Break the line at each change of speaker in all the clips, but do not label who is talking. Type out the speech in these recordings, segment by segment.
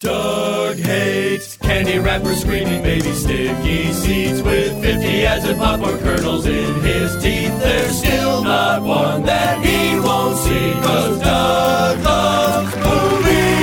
Doug hates candy wrappers, screaming baby sticky seeds with 50 as and popcorn kernels in his teeth. There's still not one that he won't see, cause Doug loves movies.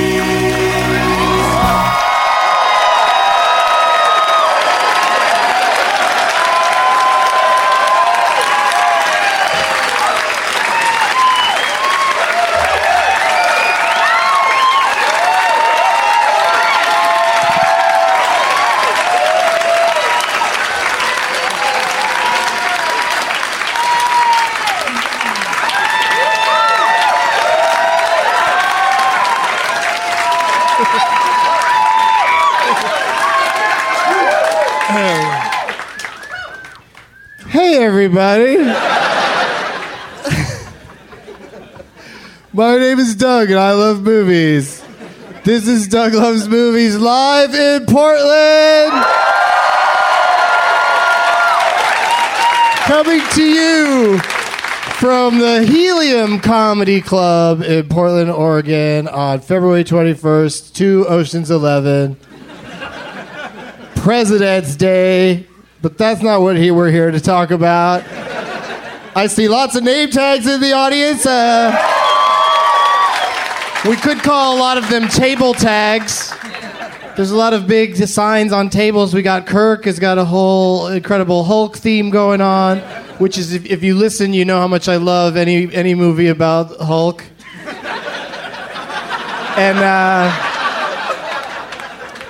Hey, everybody. My name is Doug, and I love movies. This is Doug Loves Movies live in Portland. Coming to you from the Helium Comedy Club in Portland, Oregon on February 21st to Ocean's 11. President's Day, but that's not what he, we're here to talk about. I see lots of name tags in the audience. Uh, we could call a lot of them table tags. There's a lot of big signs on tables. We got Kirk has got a whole incredible Hulk theme going on, which is if, if you listen, you know how much I love any any movie about Hulk. And. Uh,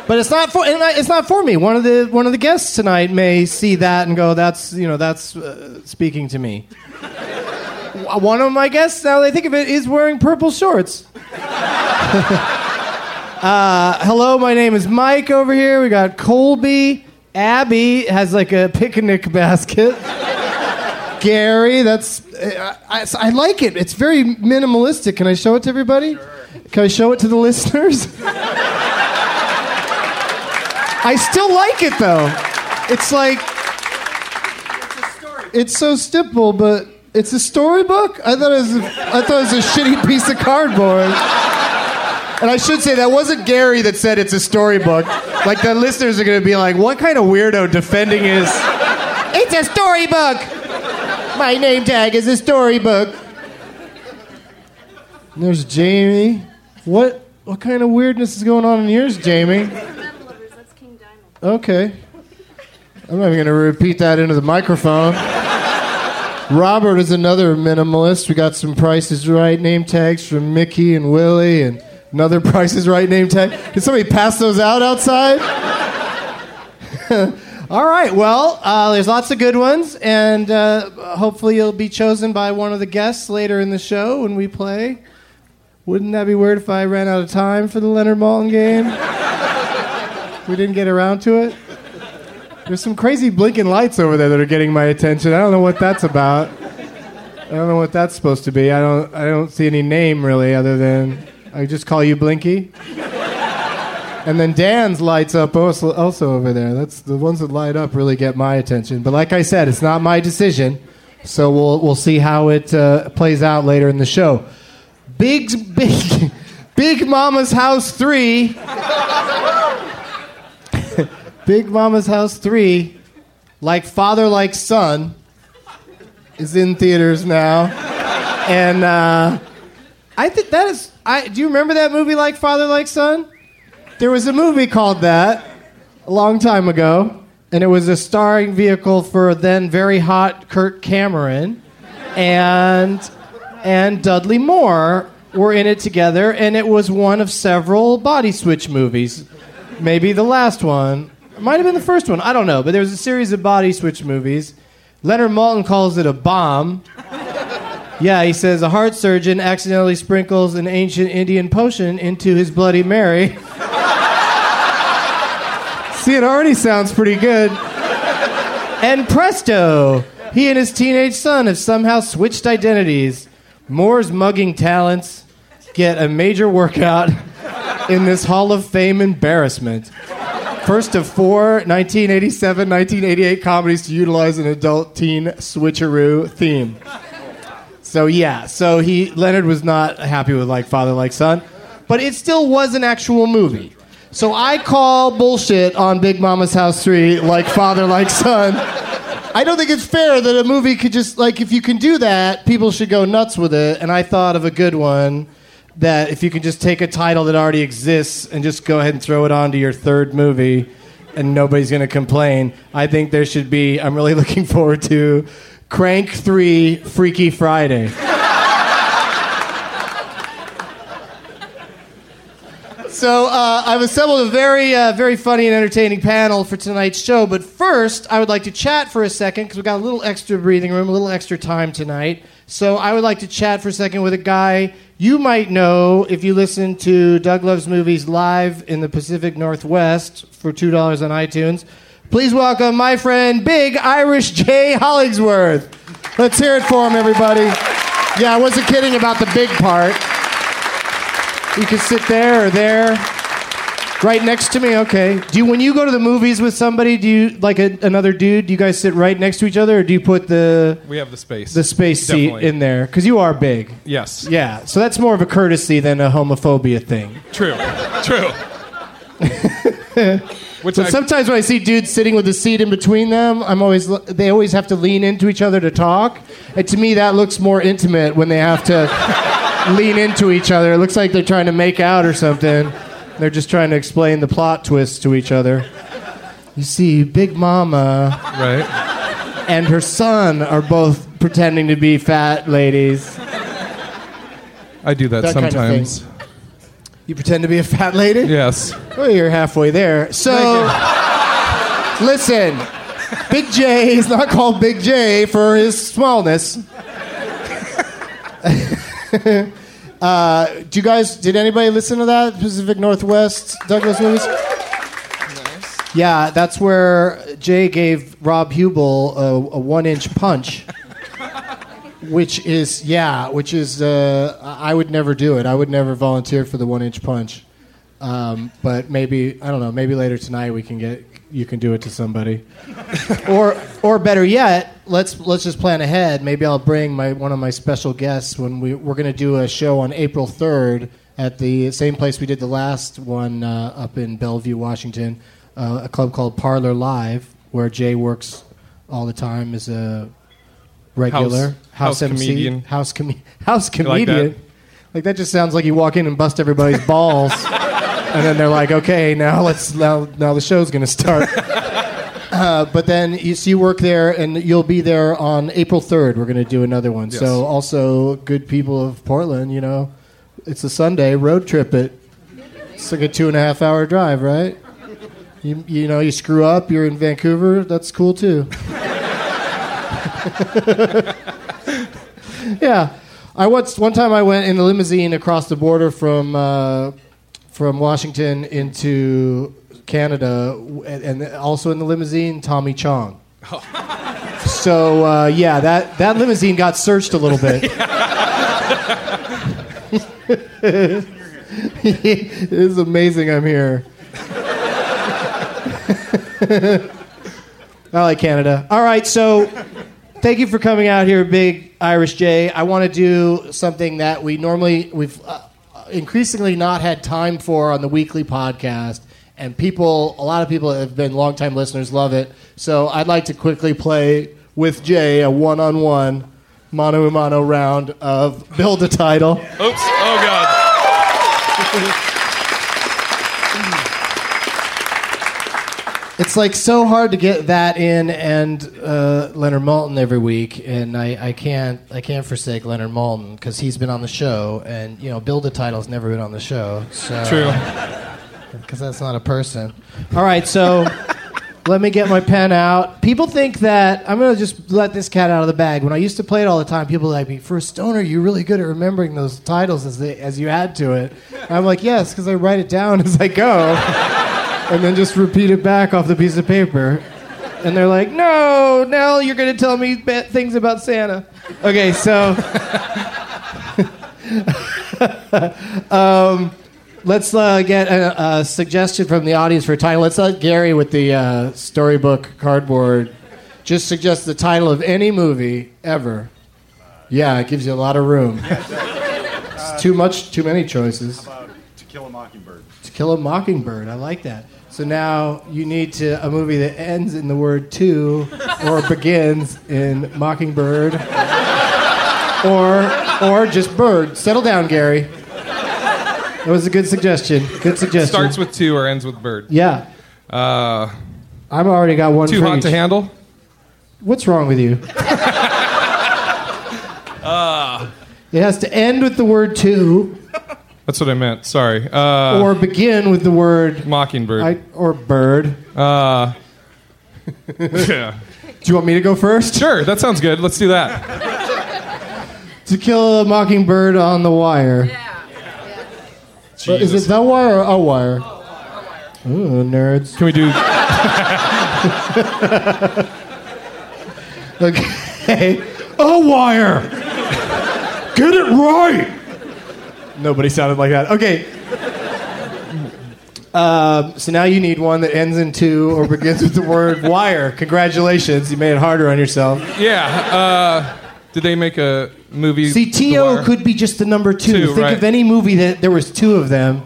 but it's not for and I, it's not for me. One of the one of the guests tonight may see that and go, "That's you know that's uh, speaking to me." W- one of my guests, now that I think of it, is wearing purple shorts. uh, hello, my name is Mike over here. We got Colby. Abby has like a picnic basket. Gary, that's I, I, I like it. It's very minimalistic. Can I show it to everybody? Can I show it to the listeners? I still like it though. It's like it's so simple, but it's a storybook. I thought it was a, I thought it was a shitty piece of cardboard. And I should say that wasn't Gary that said it's a storybook. Like the listeners are gonna be like, what kind of weirdo defending his? It's a storybook. My name tag is a storybook. And there's Jamie. What what kind of weirdness is going on in yours, Jamie? Okay. I'm not even going to repeat that into the microphone. Robert is another minimalist. We got some prices right name tags from Mickey and Willie and another prices right name tag. Did somebody pass those out outside? All right. Well, uh, there's lots of good ones, and uh, hopefully you'll be chosen by one of the guests later in the show when we play. Wouldn't that be weird if I ran out of time for the Leonard Malton game? we didn't get around to it. There's some crazy blinking lights over there that are getting my attention. I don't know what that's about. I don't know what that's supposed to be. I don't. I don't see any name really, other than I just call you Blinky. And then Dan's lights up also, also over there. That's the ones that light up really get my attention. But like I said, it's not my decision, so we'll we'll see how it uh, plays out later in the show. Big's big, Big Mama's House Three. Big Mama's House 3, like father, like son, is in theaters now. And uh, I think that is. I, do you remember that movie, Like Father, Like Son? There was a movie called that a long time ago, and it was a starring vehicle for then very hot Kurt Cameron and and Dudley Moore were in it together, and it was one of several body switch movies. Maybe the last one. It might have been the first one. I don't know. But there was a series of body switch movies. Leonard Maltin calls it a bomb. Yeah, he says a heart surgeon accidentally sprinkles an ancient Indian potion into his Bloody Mary. See, it already sounds pretty good. And presto, he and his teenage son have somehow switched identities. Moore's mugging talents get a major workout in this Hall of Fame embarrassment. First of four 1987 1988 comedies to utilize an adult teen switcheroo theme. So yeah, so he Leonard was not happy with like father like son, but it still was an actual movie. So I call bullshit on Big Mama's House 3 like father like son. I don't think it's fair that a movie could just like if you can do that, people should go nuts with it and I thought of a good one that if you can just take a title that already exists and just go ahead and throw it onto your third movie and nobody's going to complain. I think there should be I'm really looking forward to Crank 3 Freaky Friday. So uh, I've assembled a very, uh, very funny and entertaining panel for tonight's show. But first, I would like to chat for a second because we got a little extra breathing room, a little extra time tonight. So I would like to chat for a second with a guy you might know if you listen to Doug Loves Movies live in the Pacific Northwest for two dollars on iTunes. Please welcome my friend Big Irish J Hollingsworth. Let's hear it for him, everybody. Yeah, I wasn't kidding about the big part. You can sit there or there. Right next to me, okay. Do you, when you go to the movies with somebody, do you like a, another dude? Do you guys sit right next to each other, or do you put the
We have the space.
the space seat
Definitely.
in there? Because you are big.
Yes.
Yeah. So that's more of a courtesy than a homophobia thing.
True. True. Which
But
I,
sometimes when I see dudes sitting with a seat in between them, I'm always they always have to lean into each other to talk. And to me, that looks more intimate when they have to lean into each other. It looks like they're trying to make out or something. They're just trying to explain the plot twist to each other. You see, Big Mama
right.
and her son are both pretending to be fat ladies.
I do that,
That kind of thing.
sometimes.
You pretend to be a fat lady?
yes.
Well, you're halfway there. So, listen, Big J is not called Big J for his smallness. uh, do you guys? Did anybody listen to that Pacific Northwest Douglas movies? Yeah, that's where Jay gave Rob Hubel a, a one-inch punch which is yeah, which is uh, I I would never do it. I would never volunteer for the one inch punch. Um, but maybe I don't know. Maybe later tonight we can get you can do it to somebody, or or better yet, let's let's just plan ahead. Maybe I'll bring my one of my special guests when we we're gonna do a show on April third at the same place we did the last one uh, up in Bellevue, Washington, uh, a club called Parlor Live, where Jay works all the time as a regular
House- house
MC,
comedian.
house com- house
like that?
comedian. Like that just sounds like you walk in and bust everybody's balls, and then they're like, "Okay, now let's now, now the show's gonna start." Uh, but then you, so you work there, and you'll be there on April third. We're gonna do another one.
Yes.
So also, good people of Portland, you know, it's a Sunday road trip. It it's like a two and a half hour drive, right? You you know you screw up, you're in Vancouver. That's cool too. Yeah, I once one time I went in a limousine across the border from uh, from Washington into Canada, w- and, and also in the limousine, Tommy Chong. So uh, yeah, that that limousine got searched a little bit. it is amazing. I'm here. I like Canada. All right, so thank you for coming out here, Big Irish J. I want to do something that we normally we've uh, increasingly not had time for on the weekly podcast, and people, a lot of people that have been longtime listeners, love it. So I'd like to quickly play with Jay a one-on-one, mano a mano round of build a title.
Oops. Oh God.
It's like so hard to get that in and uh, Leonard Malton every week, and I, I can't I can't forsake Leonard Malton because he's been on the show, and you know Build a Title's never been on the show, so
True.
because that's not a person. All right, so let me get my pen out. People think that I'm gonna just let this cat out of the bag. When I used to play it all the time, people were like me for a stoner, you're really good at remembering those titles as they, as you add to it. And I'm like, yes, because I write it down as I go, and then just repeat it back off the piece of paper. And they're like, no, Nell, you're gonna tell me bad things about Santa. Okay, so. um, Let's uh, get a, a suggestion from the audience for a title. Let's let Gary with the uh, storybook cardboard just suggest the title of any movie ever. Yeah, it gives you a lot of room. It's too much, too many choices.
To Kill a Mockingbird.
To Kill a Mockingbird, I like that. So now you need to a movie that ends in the word "to" or begins in "mockingbird," or or just "bird." Settle down, Gary. That was a good suggestion. Good suggestion.
Starts with two or ends with bird.
Yeah.
Uh,
I've already got one
too
for
hot
each.
to handle.
What's wrong with you? It has to end with the word to
That's what I meant. Sorry. Uh,
or begin with the word I,
Mockingbird.
or bird.
uh, yeah.
Do you want me to go first?
Sure. That sounds good. Let's do that.
To kill a mockingbird on the wire. But Is it
Jesus.
the wire or a wire? Ooh, nerds.
Can we do?
Okay. A wire! Get it right! Nobody sounded like that. Okay. Um, so now you need one that ends in two or begins with the word wire. Congratulations, you made it harder on yourself.
Yeah. Uh, did they make a movie?
See,
The Wire?
TO could be just the number two.
Two,
Think
right.
of any movie that there was two of them,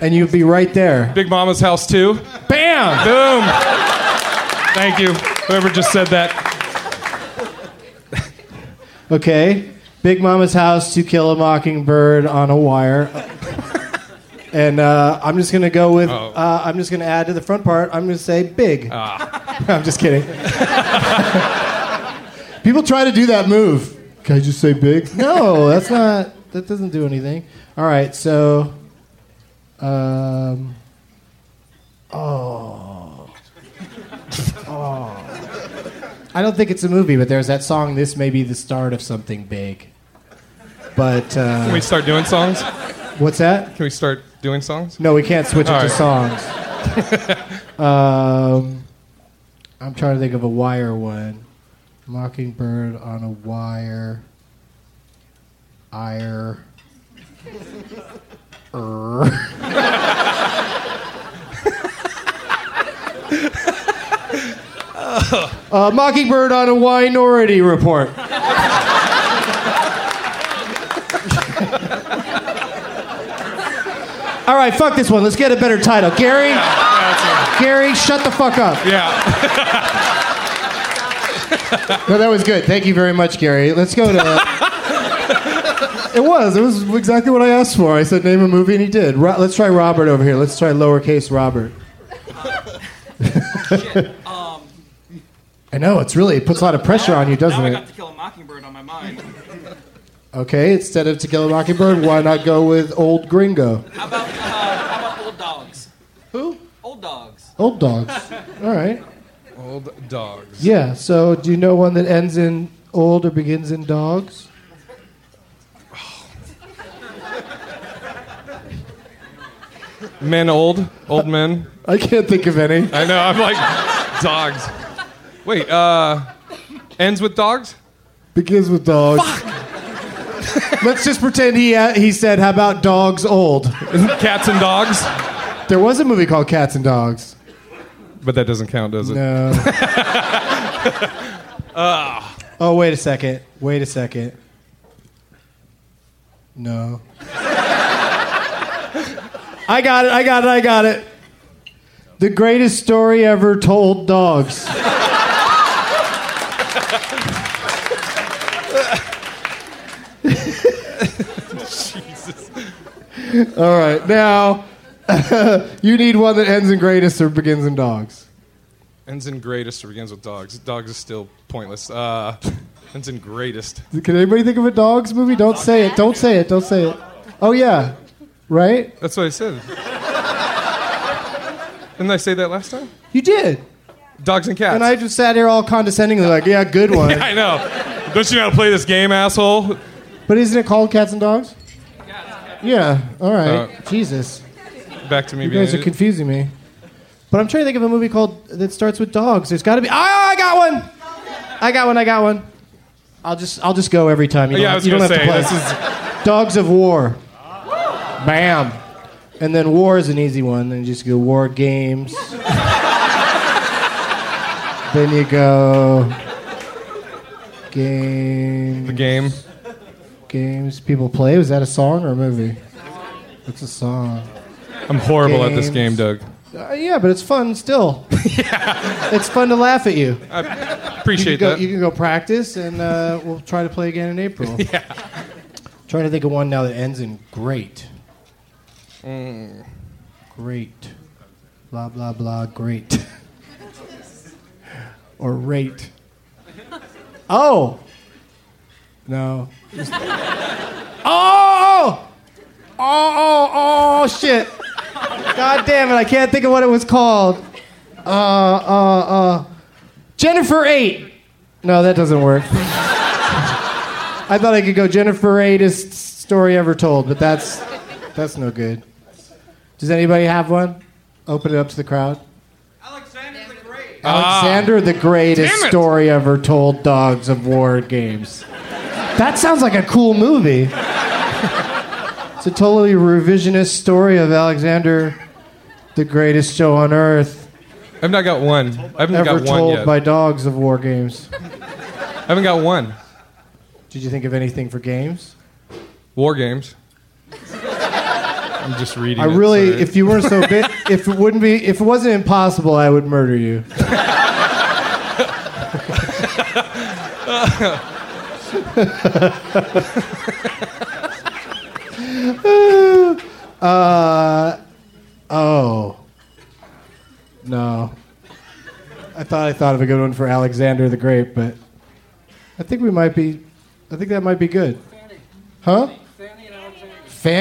and you'd be right there.
Big Mama's House too.
Bam!
Boom. Thank you. Whoever just said that.
Okay. Big Mama's House to Kill a Mockingbird on a Wire. and uh, I'm just going to go with,
Oh.
uh, I'm just going to add to the front part, I'm going to say big. I'm just kidding. People try to do that move. Can I just say big? No, that's not, that doesn't do anything. All right, so, um, oh. I don't think it's a movie, but there's that song, This May Be the Start of Something Big. But,
Can
uh,
we start doing songs?
what's that?
Can we start doing songs?
No, we can't switch it
All
to
right.
songs. um, I'm trying to think of a wire one. Mockingbird on a wire. Ire. Er. Uh, Mockingbird on a Winority Report. All right, fuck this one. Let's get a better title. Gary, Gary, shut the fuck up.
Yeah.
No, that was good. Thank you very much, Gary. Let's go to. it was. It was exactly what I asked for. I said name a movie, and he did. Ro- let's try Robert over here. Let's try lowercase Robert.
um.
I know it's really it puts a lot of pressure on you, doesn't
now I
it?
got to kill a mockingbird on my mind.
Okay, instead of To Kill a Mockingbird, why not go with Old Gringo?
How about uh, how about old dogs?
Who?
Old dogs.
Old dogs. All right.
Old dogs.
Yeah. So, do you know one that ends in old or begins in dogs?
Men old. Old men.
I can't think of any.
I know. I'm like dogs. Wait. Uh, ends with dogs.
Begins with dogs. Fuck. Let's just pretend he uh, he said, "How about dogs old?"
Cats and dogs.
There was a movie called Cats and Dogs.
But that doesn't count, does it?
No. oh wait a second. Wait a second. No. I got it. I got it. I got it. The greatest story ever told dogs. All right. Now, you need one that ends in greatest or begins in dogs.
Ends in greatest or begins with dogs. Dogs is still pointless. Uh, ends in greatest.
Can anybody think of a dogs movie? Don't say it. Don't say it. Don't say it. Oh yeah, right.
That's what I said. Didn't I say that last time?
You did.
Dogs and cats.
And I just sat here all condescendingly, like, yeah, good one.
I know. Don't you know how to play this game, asshole?
But isn't it called Cats and Dogs? Yeah. All right.
Uh,
Jesus,
Back to me.
you guys are confusing me. But I'm trying to think of a movie called that starts with dogs. There's got to be. Oh, I got one. I got one. I got one. I'll just I'll just go every time. You
Oh, Yeah,
don't-
I was
you don't
gonna
have to play.
say,
Dogs of War. Bam. And then war is an easy one. Then you just go war games. then you go
the
game
game.
games people play. Was that a song or a movie? It's a song.
I'm horrible at this game,
Games.
Doug.
Uh, yeah, but it's fun still. It's fun to laugh at you.
Appreciate
you can go,
that.
You can go practice, and uh, we'll try to play again in April. yeah. Trying to think of one now that ends in great.
Mm.
Great. Blah blah blah. Great. or rate. Oh. No. oh. Oh oh oh shit. God damn it! I can't think of what it was called. Uh uh uh. Jennifer 8. No, that doesn't work. I thought I could go Jennifer 8ist story ever told, but that's that's no good. Does anybody have one? Open it up to the crowd.
Alexander the Great.
Alexander the Greatest
Ah. Damn it.
story ever told dogs of war games. That sounds like a cool movie. it's a totally revisionist story of Alexander the greatest show on earth
I've not Ah, got one. I haven't
ever
got one
told
yet.
by dogs of war games.
I haven't got one.
Did you think of anything for games?
War games. I'm just reading.
I
it,
really,
sorry.
if you weren't so big, if it wouldn't be, if it wasn't impossible, I would murder you. uh, oh, no. I thought I thought of a good one for Alexander the Great, but I think we might be, I think that might be good. Huh? Fanny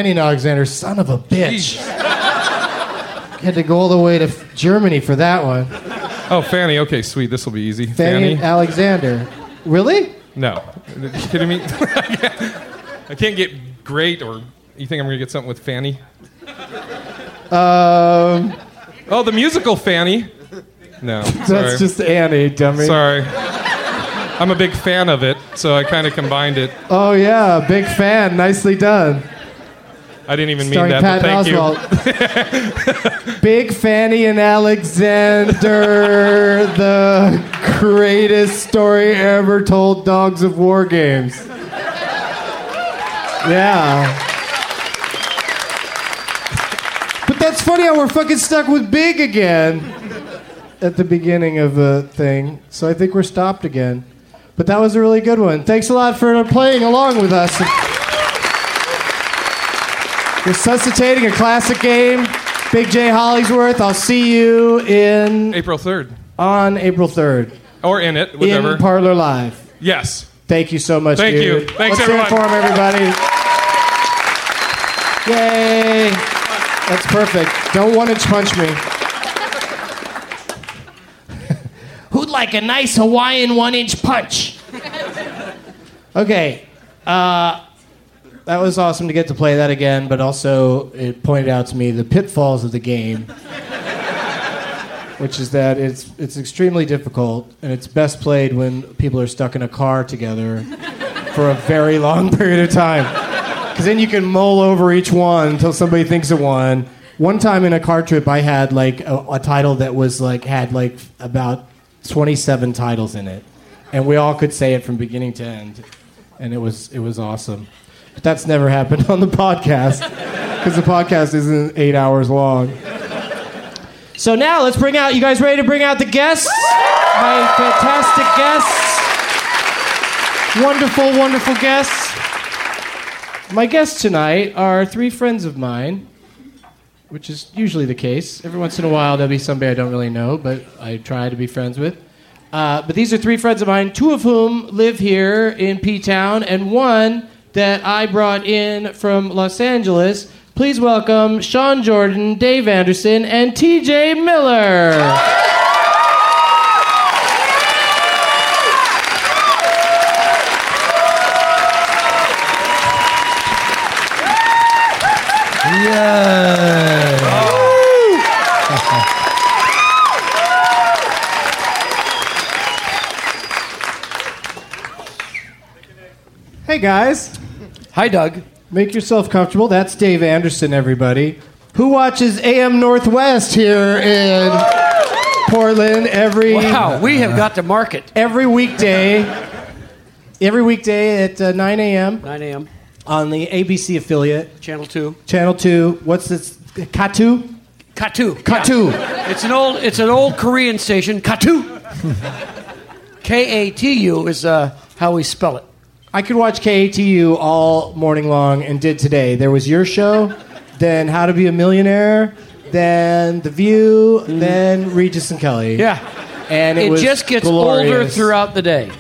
and Alexander, son of a bitch. Had to go all the way to f- Germany for that one. Fanny,
Oh, Fanny. Okay, sweet. This will be easy. Fanny.
and Alexander. Really?
no. Are you kidding me? I can't get great or you think I'm gonna get something with Fanny?
Um,
Oh, the musical Fanny. No. sorry.
that's just Annie, dummy.
Sorry. I'm a big fan of it, so I kind of combined it.
Oh, yeah, big fan. Nicely done.
I didn't even mean
starring
that.
Pat
but thank you.
Oswalt. Big Fanny and Alexander, the greatest story ever told. Dogs of War Games. Yeah. But that's funny how we're fucking stuck with big again at the beginning of the thing. So I think we're stopped again. But that was a really good one. Thanks a lot for playing along with us resuscitating a classic game. Big J Hollingsworth, I'll see you in
April 3rd.
on April 3rd
Or in it, whatever.
in Parlor Live.
yes.
Thank you so much,
Thank
dude.
you. Thanks,
Let's hear it
everyone.
for him, everybody. Yay. That's perfect. Don't one inch punch me. Who'd like a nice Hawaiian one inch punch? okay. Uh, that was awesome to get to play that again, but also it pointed out to me the pitfalls of the game which is that it's it's extremely difficult and it's best played when people are stuck in a car together for a very long period of time. Because then you can mull over each one until somebody thinks of one. One time in a car trip, I had like a, a title that was like had like about 27 titles in it, and we all could say it from beginning to end, and it was it was awesome. But that's never happened on the podcast because the podcast isn't eight hours long. So now let's bring out. You guys ready to bring out the guests? My fantastic guests, wonderful, wonderful guests. My guests tonight are three friends of mine, which is usually the case. Every once in a while, there'll be somebody I don't really know, but I try to be friends with. Uh, but these are three friends of mine, two of whom live here in P Town, and one that I brought in from Los Angeles. Please welcome Sean Jordan, Dave Anderson, and TJ Miller. Hey guys. Hi Doug. Make yourself comfortable. That's Dave Anderson, everybody. Who watches AM Northwest here in Portland every
Wow, we have got to market.
every weekday? Every weekday at uh, 9 a.m.
9 a.m.
on the ABC affiliate,
Channel Two.
Channel 2. What's this? Katu?
Katu.
Katu.
Yeah. It's an old. It's an old Korean station. Katu. K A T U is uh, how we spell it.
I could watch KATU all morning long and did today. There was your show, then How to Be a Millionaire, then The View, then Regis and Kelly.
Mm. Yeah.
And it,
It,
was
just gets older
glorious.
throughout the day.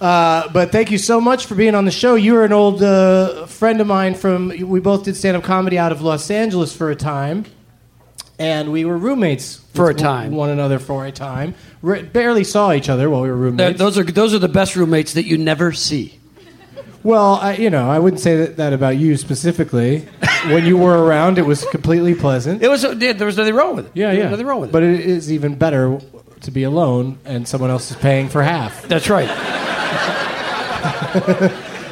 But thank you so much for being on the show. You were an old uh, friend of mine from. We both did stand up comedy out of Los Angeles for a time, and we were roommates
For a
with
time.
one another for a time. Re- barely saw each other while we were
Th-
roommates.
those are those are the best roommates that you never see.
Well, I, you know, I wouldn't say that, that about you specifically. when you were around, it was completely pleasant.
It was yeah, there was nothing wrong with it.
yeah,
There
yeah.
was Nothing wrong with it.
But it is even better to be alone and someone else is paying for half.
that's right.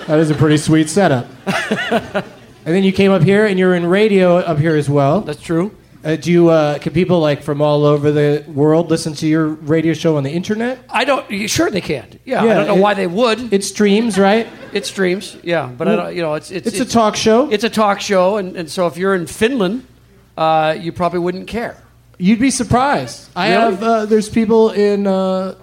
That is a pretty sweet setup. and then you came up here and you're in radio up here as well.
That's true.
Uh, do you, uh, can people like from all over the world listen to your radio show on the internet?
I don't. you- Sure, they can. Yeah,
Yeah,
I don't know
it-
why they would. It,
It streams, right?
streams. Yeah, but I don't. You know, it's it's
It's, a talk show.
It's a talk show, and, and so if you're in Finland, uh, you probably wouldn't care.
You'd be surprised. I
Really?
have, uh, there's people in uh,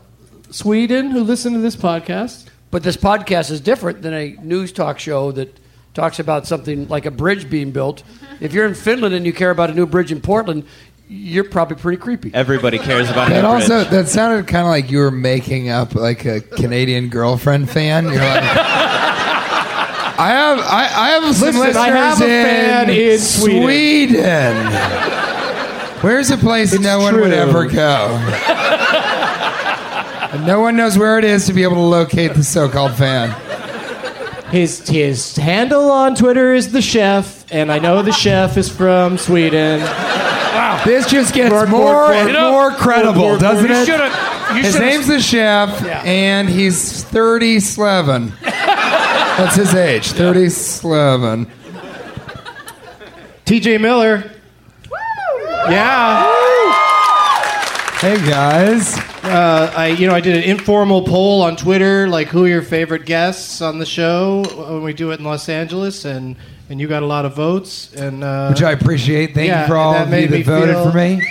Sweden who listen to this podcast.
But this podcast is different than a news talk show that talks about something like a bridge being built. If you're in Finland and you care about a new bridge in Portland, you're probably pretty creepy.
Everybody cares about
That
an abridged.
also that sounded kind of like you were making up like a Canadian girlfriend fan. You're like, I have I, I have some
Listen,
listeners
I have a
in,
fan in Sweden."
Sweden. Where's a place no one would
true.
ever go? and no one knows where it is to be able to locate the so-called fan.
His his handle on Twitter is the chef, and I know the chef is from Sweden.
This just gets
Bork,
more
bork,
and
bork.
more credible,
Bork, bork,
doesn't
bork.
it?
You
You
His
should've-
name's the chef, and he's 37. That's his age, 37.
TJ Miller. Yeah.
Hey guys.
Uh, I you know I did an informal poll on Twitter like who are your favorite guests on the show when we do it in Los Angeles and and you got a lot of votes and uh,
Which I appreciate. Thank
yeah,
you for all
that
of
made
you that
me
voted
feel-
for me.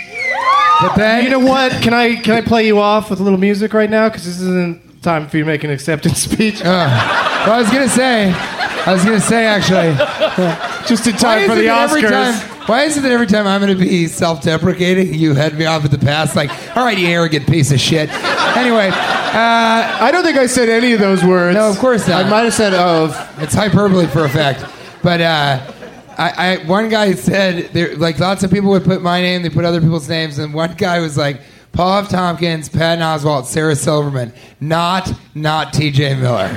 But then,
You know what? Can I can I play you off with a little music right now? Because this isn't time for you to make an acceptance speech.
Well, I was gonna say, I was gonna say uh, actually,
just in time for
is it
the
that every
Oscars.
time- why is it that every time I'm gonna be self-deprecating, you head me off at the pass? Like, all right, you arrogant piece of shit. Anyway, uh,
I don't think I said any of those words.
No, of course not.
I might have said of.
It's hyperbole for effect. But uh, I, I, one guy said, there, like, lots of people would put my name, they put other people's names, and one guy was like, Paul F. Tompkins, Patton Oswalt, Sarah Silverman, not, not T.J. Miller.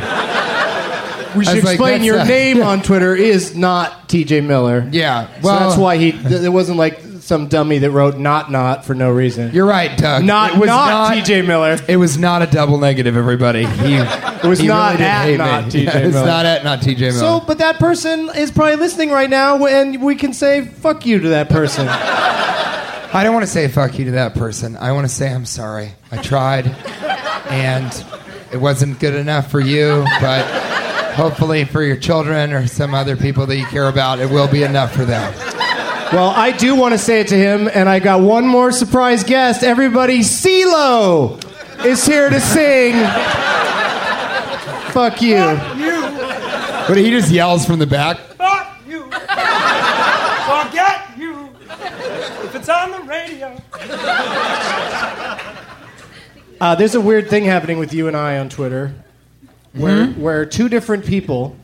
We
I
should
was like,
explain
that's
your
a-
name on Twitter is not TJ Miller.
Yeah,
Well,
well-
so that's why he. Th- it wasn't like some dummy that wrote not not for no reason.
You're right, Doug.
not
It was
not, TJ Miller.
It was not a double negative, everybody. He,
It was
he
not
really did
at
hate me.
not TJ
Yeah, It's
Miller.
not at not T.J. Miller.
So, but that person is probably listening right now, and we can say fuck you to that person.
I don't want to say fuck you to that person. I want to say I'm sorry. I tried, and it wasn't good enough for you, but hopefully for your children or some other people that you care about, it will be enough for them.
well, I do want to say it to him, and I got one more surprise guest. Everybody, CeeLo is here to sing. fuck you.
But he just yells from the back.
Fuck you. Forget you. If it's on the radio.
Uh, there's a weird thing happening with you and I on Twitter, where
Hmm?
where two different people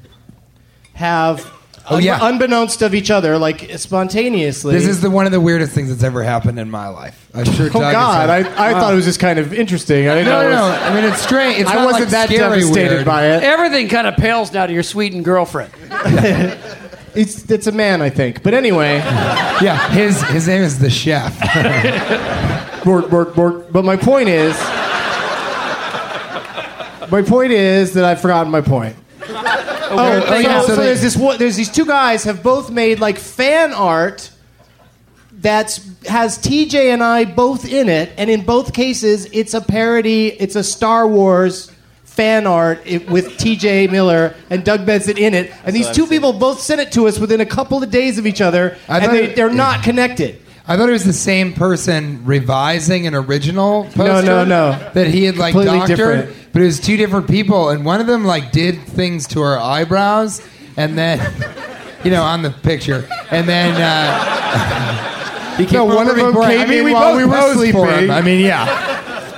have,
Oh, yeah.
unbeknownst of each other, like spontaneously.
This is the one of the weirdest things that's ever happened in my life. I'm sure.
oh God, I, I thought it was just kind of interesting. I didn't
No,
know.
no,
it
no.
was-
I mean, it's strange. It's
I
not
wasn't
like
that
scary
devastated
weird.
by it.
Everything kind of pales now to your Sweden girlfriend.
It's it's a man, I think. But anyway,
Yeah, his his name is the chef.
bork, bork, bork. But my point is, my point is that I've forgotten my point. Oh,
oh, yeah,
so,
so
so
they-
there's this one, there's these two guys have both made like fan art that's has TJ and I both in it, and in both cases, it's a parody. It's a Star Wars fan art it, with TJ Miller and Doug Benson in it, and these two people both sent it to us within a couple of days of each other,
I
and
thought
they,
it-
they're not connected.
I thought it was the same person revising an original poster.
no, no.
That he had like
Completely
doctored,
different.
but it was two different people, and one of them like did things to her eyebrows, and then, you know, on the picture, and then. Uh, he
No, one
over
of them
before-
came
I mean,
in
we
while
both
we were
posed for
sleeping.
him. I mean, yeah.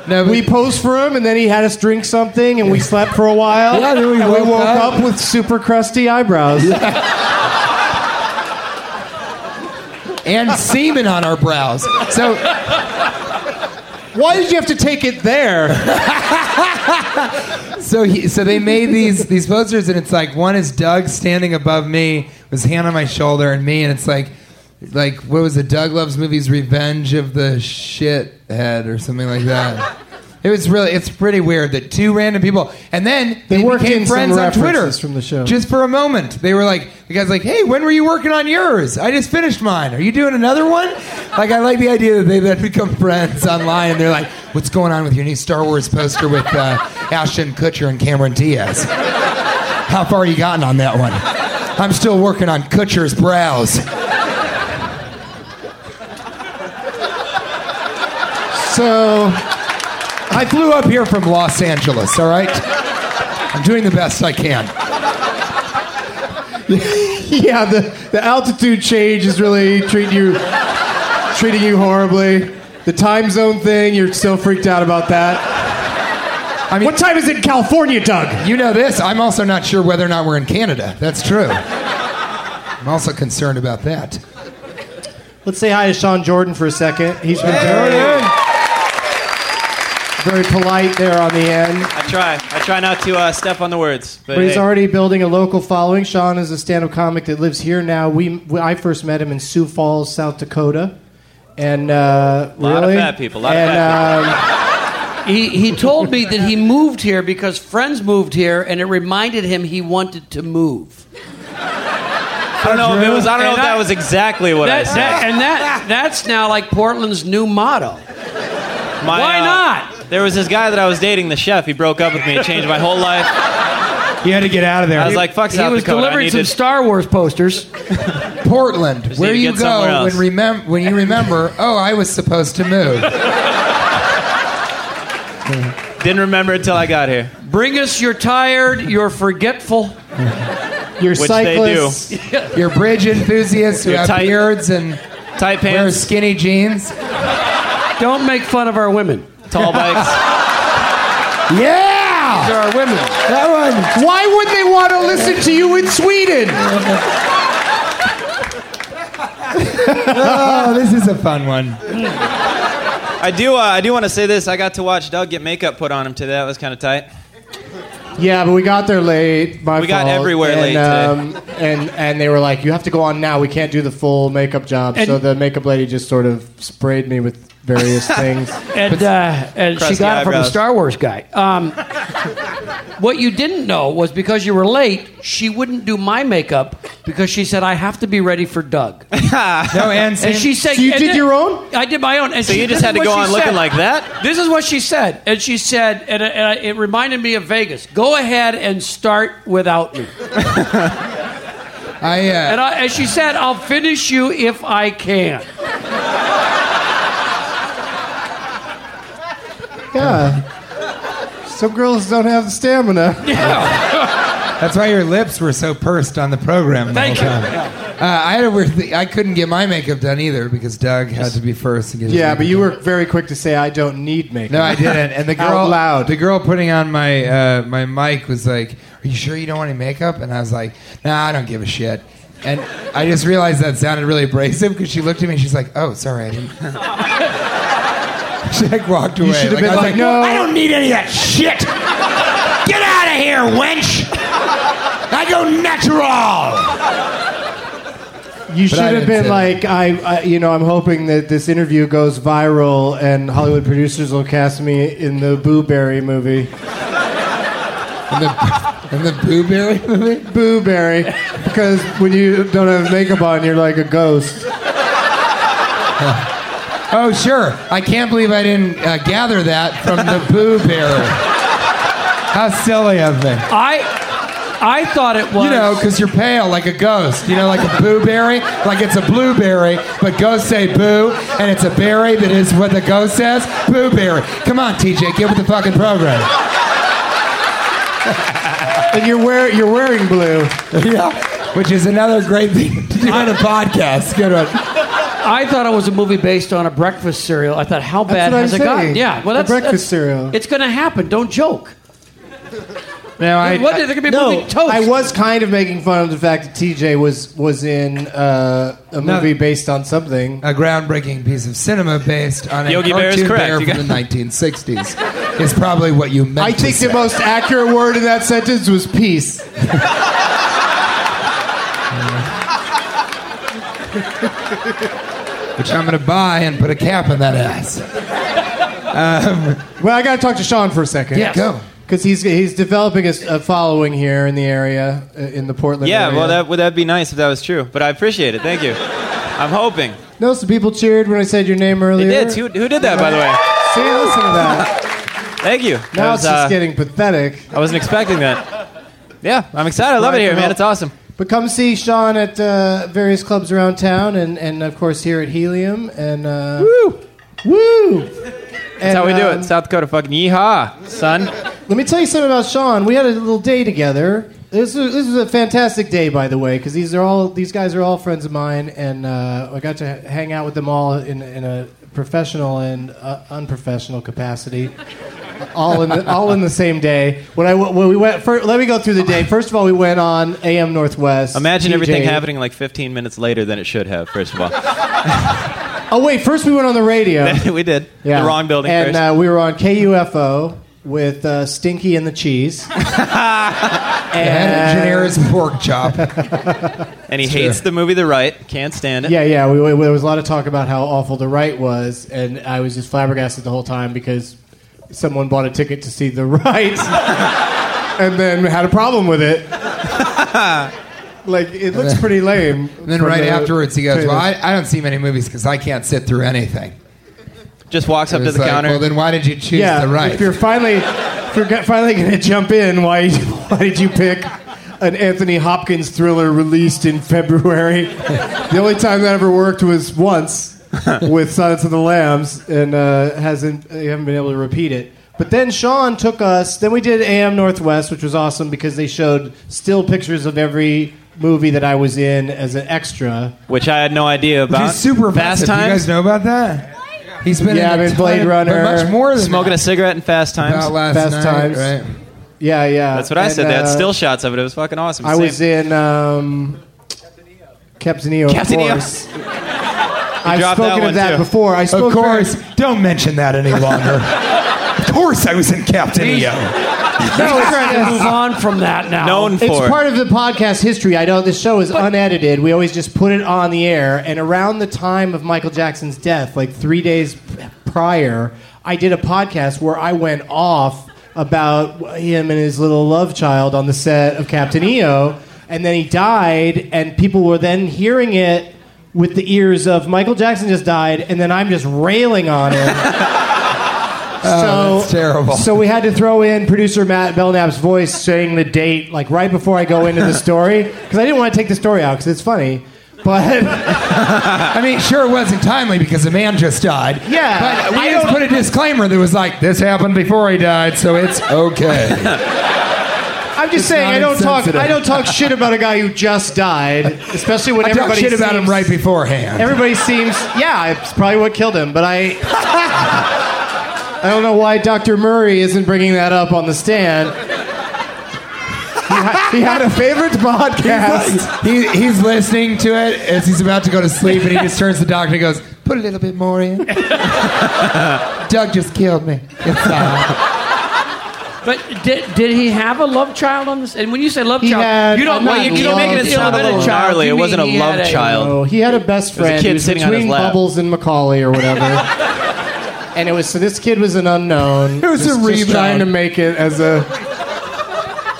No, but-
We posed for him, and then he had us drink something, and we slept for a while.
Yeah, then we
and we
woke
woke
up.
up. with super crusty eyebrows.
and semen on our brows. So
Why did you have to take it there?
So he, so they made these these posters, and it's like one is Doug standing above me, with his hand on my shoulder, and me, and it's like like what was it? Doug loves movies, Revenge of the Shithead, or something like that. It was really it's pretty weird that two random people, and then
They
they,
worked
became
in some
friends on Twitter
references from the show.
Just for a moment, they were like the guy's like, "Hey, when were you working on yours? I just finished mine. Are you doing another one?" Like I like the idea that they then become friends online, and they're like, "What's going on with your new Star Wars poster with uh, Ashton Kutcher and Cameron Diaz? How far you gotten on that one?" I'm still working on Kutcher's brows.
So
I flew up here from Los Angeles, all right? I'm doing the best I can.
yeah, the, the altitude change is really treating you treating you horribly. The time zone thing, you're still freaked out about that.
I mean,
What time is it in California, Doug?
You know this. I'm also not sure whether or not we're in Canada. That's true. I'm also concerned about that.
Let's say hi to Sean Jordan for a second. He's been very, very polite there on the end.
I try. I try not to uh, step on the words. But,
But he's
hey.
already building a local following. Sean is a stand-up comic that lives here now. We, we- I first met him in Sioux Falls, South Dakota, and uh,
Lot of
really,
fat people, lot of
and,
fat
um,
He, he told me that he moved here because friends moved here and it reminded him he wanted to move.
I don't know if it was. I don't know if that was exactly what I
That,
said.
that- and that that's now like Portland's new motto.
My,
Why
uh,
not?
There was this guy that I was dating, the chef. He broke up with me. It changed my whole life.
You had to get out of there.
I was like, fuck
He
South
was
Dakota. I
delivering
need
some
to-
Star Wars posters.
Portland,
Just
where
need to
you
get somewhere
go
else.
when remem- when you remember, oh, I was supposed to move.
Didn't remember until I got here.
Bring us your tired, your forgetful.
Your
Which they cyclists, do.
your bridge enthusiasts who
Your
have
tight-
beards and
tight
pants, wear skinny jeans.
Don't make fun of our women.
Tall bikes.
yeah,
these are our women.
That one. Why would they want to listen to you in Sweden? oh, this is a fun one.
I do. Uh, I do want to say this. I got to watch Doug get makeup put on him today. That was kind of tight.
Yeah, but we got there late. My
We got
fault.
everywhere
and, um,
late
and and they were like, "You have to go on now. We can't do the full makeup job." so
And-
the makeup lady just sort of sprayed me with various things.
And, uh, and she
Crusty
got it from a
eyebrows.
Star Wars guy. Um, what you didn't know was because you were late, she wouldn't do my makeup because she said I have to be ready for Doug.
No, and,
And she said,
So you
and
did
then-
your own?
I did my own. And
So
she-
you just
this
had
is
to
what
go
she
on looking
said.
like that?
This is what she said, and she said, and, and I, it reminded me of Vegas. Go ahead and start without me.
I, uh,
And, I, and she said, I'll finish you if I can.
yeah. Some girls don't have the stamina.
That's why your lips were so pursed on the program. The
Thank
whole
you.
time. Uh, I had a weird thing. I couldn't get my makeup done either because Doug had to be first. To get his
Yeah,
makeup
but you were very quick to say, "I don't need makeup."
No, I didn't. And the girl,
Out loud.
the girl putting on my uh, my mic was like, "Are you sure you don't want any makeup?" And I was like, "Nah, I don't give a shit." And I just realized that sounded really abrasive because she looked at me. and She's like, "Oh, sorry, I didn't." she like walked away.
You should have
I
been
was
like, "No,
I don't need any of that shit. Get out of here, wench. I go natural."
You
But I
should have
didn't
been
say
like, I, I, you know, I'm hoping that this interview goes viral and Hollywood producers will cast me in the Boo Berry movie.
And the, and the Boo Berry movie?
Boo Berry. Because when you don't have makeup on, you're like a ghost.
Oh, sure. I can't believe I didn't uh, gather that from the Boo Bearer. How silly of me.
I, I thought it was.
You know, because you're pale like a ghost. You know, like a boo berry, like it's a blueberry, but ghosts say boo, and it's a berry that is what the ghost says boo berry. Come on, TJ, get with the fucking program.
And you're, wear, you're wearing blue.
yeah, which is another great thing to do on a podcast. Good one.
I thought it was a movie based on a breakfast cereal. I thought, how bad
That's what
has
I'm
it gotten?
saying.
Yeah, well,
A
that's
breakfast
that's-
cereal.
It's going to happen. Don't joke.
Now, I,
what there could be a
No,
movie toast?
I was kind of making fun of the fact that TJ was was in uh, a
No.
movie based on something.
a groundbreaking piece of cinema based on a
Yogi Bear is
cartoon
correct.
bear
You
from
got-
the 1960s is probably what you meant
I
to
think the
say.
most accurate word in that sentence was peace.
which I'm going to buy and put a cap on that ass.
Well, I got to talk to Sean for a second.
Yeah, go.
Because he's he's developing a, s- a following here in the area, uh, in the Portland
Yeah.
area.
Well, that would that be nice if that was true? But I appreciate it. Thank you. I'm hoping
No, some people cheered when I said your name
they
earlier.
did. Who, who did that, by the way?
See, listen to that.
Thank you. That
Now
was,
it's just
uh,
getting pathetic.
I wasn't expecting that. Yeah, I'm excited. I love
Right,
it here,
well-
man. It's awesome.
But come see Sean at uh, various clubs around town, and, and of course here at Helium. And uh,
Woo!
woo! uh,
That's how we do it. South Dakota, fucking yeehaw, son.
Let me tell you something about Sean. We had a little day together. This was, this was a fantastic day, by the way, because these are all these guys are all friends of mine, and uh, I got to h- hang out with them all in, in a professional and uh, unprofessional capacity, all in the, all in the same day. When I w- when we went, first, let me go through the day. First of all, we went on AM Northwest.
Imagine
DJ.
everything happening like 15 minutes later than it should have. First of all,
Oh wait, first we went on the radio.
we did
Yeah.
the wrong building
And
first.
Uh, we were on KUFO with uh, Stinky and the Cheese.
And
and
Janera's pork chop.
and he hates the movie The Right. Can't stand it.
yeah, yeah, we, we, there was a lot of talk about how awful the right was, and I was just flabbergasted the whole time because someone bought a ticket to see the right, and then had a problem with it.
Like it looks pretty lame.
And then
from
right
the
afterwards, he goes,
trailers.
"Well, I, I don't see many movies because I can't sit through anything."
Just walks
up to
the counter.
Well, then why did you choose
yeah,
the right?
If you're finally, if you're go- finally going to jump in, why why did you pick an Anthony Hopkins thriller released in February? the only time that ever worked was once with Silence of the Lambs, and uh, hasn't you haven't been able to repeat it. But then Sean took us. Then we did AM Northwest, which was awesome because they showed still pictures of every movie that I was in as an extra.
which I had no idea about.
is super
fast
impressive.
time.
You guys
know about that? He's been
Yeah,
in a
I've been Blade
ton of-
Runner.
but much more than
smoking a cigarette in Fast Times.
About last
Fast
night,
Times.
right?
Yeah, yeah.
That's what I
And,
said. They had
uh,
still shots of it. It was fucking awesome.
I
Same-
was in um, Captain EO.
Captain EO.
of course. I've
dropped that
spoken
one,
of that
too.
before. I spoke
of course, don't mention that any longer. of course, I was in Captain EO.
No, it's trying to move on from that now.
it's part of the podcast history. I know this show is unedited. We always just put it on the air. And around the time of Michael Jackson's death, like three days p- prior, I did a podcast where I went off about him and his little love child on the set of Captain EO. And then he died, and people were then hearing it with the ears of Michael Jackson just died, and then I'm just railing on him.
Oh, that's terrible.
So we had to throw in producer Matt Belknap's voice saying the date, like right before I go into the story, because I didn't want to take the story out because it's funny. But
I mean, sure, it wasn't timely because a man just died.
Yeah,
but we
I
just
don't-
put a disclaimer that was like, "This happened before he died, so it's okay."
I'm just
It's
saying
not
I don't talk
insensitive.
I don't talk shit about a guy who just died, especially when
I talk
everybody
shit about him
seems-
right beforehand.
Everybody seems yeah, it's probably what killed him. But I I don't know why Dr. Murray isn't bringing that up on the stand. He ha- he had a favorite podcast.
He's, like- he- he's listening to it as he's about to go to sleep, and he just turns to the doctor and goes, "Put a little bit more in." Doug just killed me. It's uh,
But did, did he have a love child on this? And when you say love
He
child,
had
you don't,
a
well,
love
you, you don't make it sound
child. It's not a
a
little
child.
gnarly.
You
It
mean
wasn't a
he
love
had
child.
No, Oh, he had a best
There's a
friend.
kid
who was
sitting on his
between
lap.
Bubbles and Macaulay or whatever. and it was so this kid was an unknown. It
was
just,
a
Just
rebound.
trying to make it as a.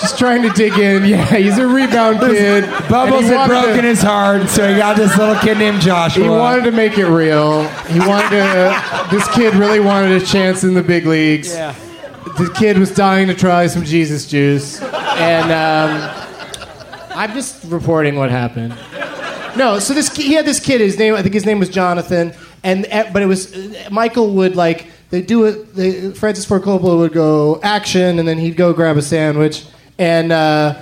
Just trying to dig in. Yeah, he's a rebound kid.
Bubbles
And he
had
wanted
broken
to-
his heart, so he got this little kid named Joshua.
He wanted to make it real. He wanted to. this kid really wanted a chance in the big leagues. Yeah. The kid was dying to try some Jesus juice, and um, I'm just reporting what happened. No, so this ki- he had this kid. His name, I think, his name was Jonathan, and eh, but it was eh, Michael would like they do it. They, Francis Ford Coppola would go action, and then he'd go grab a sandwich, and uh,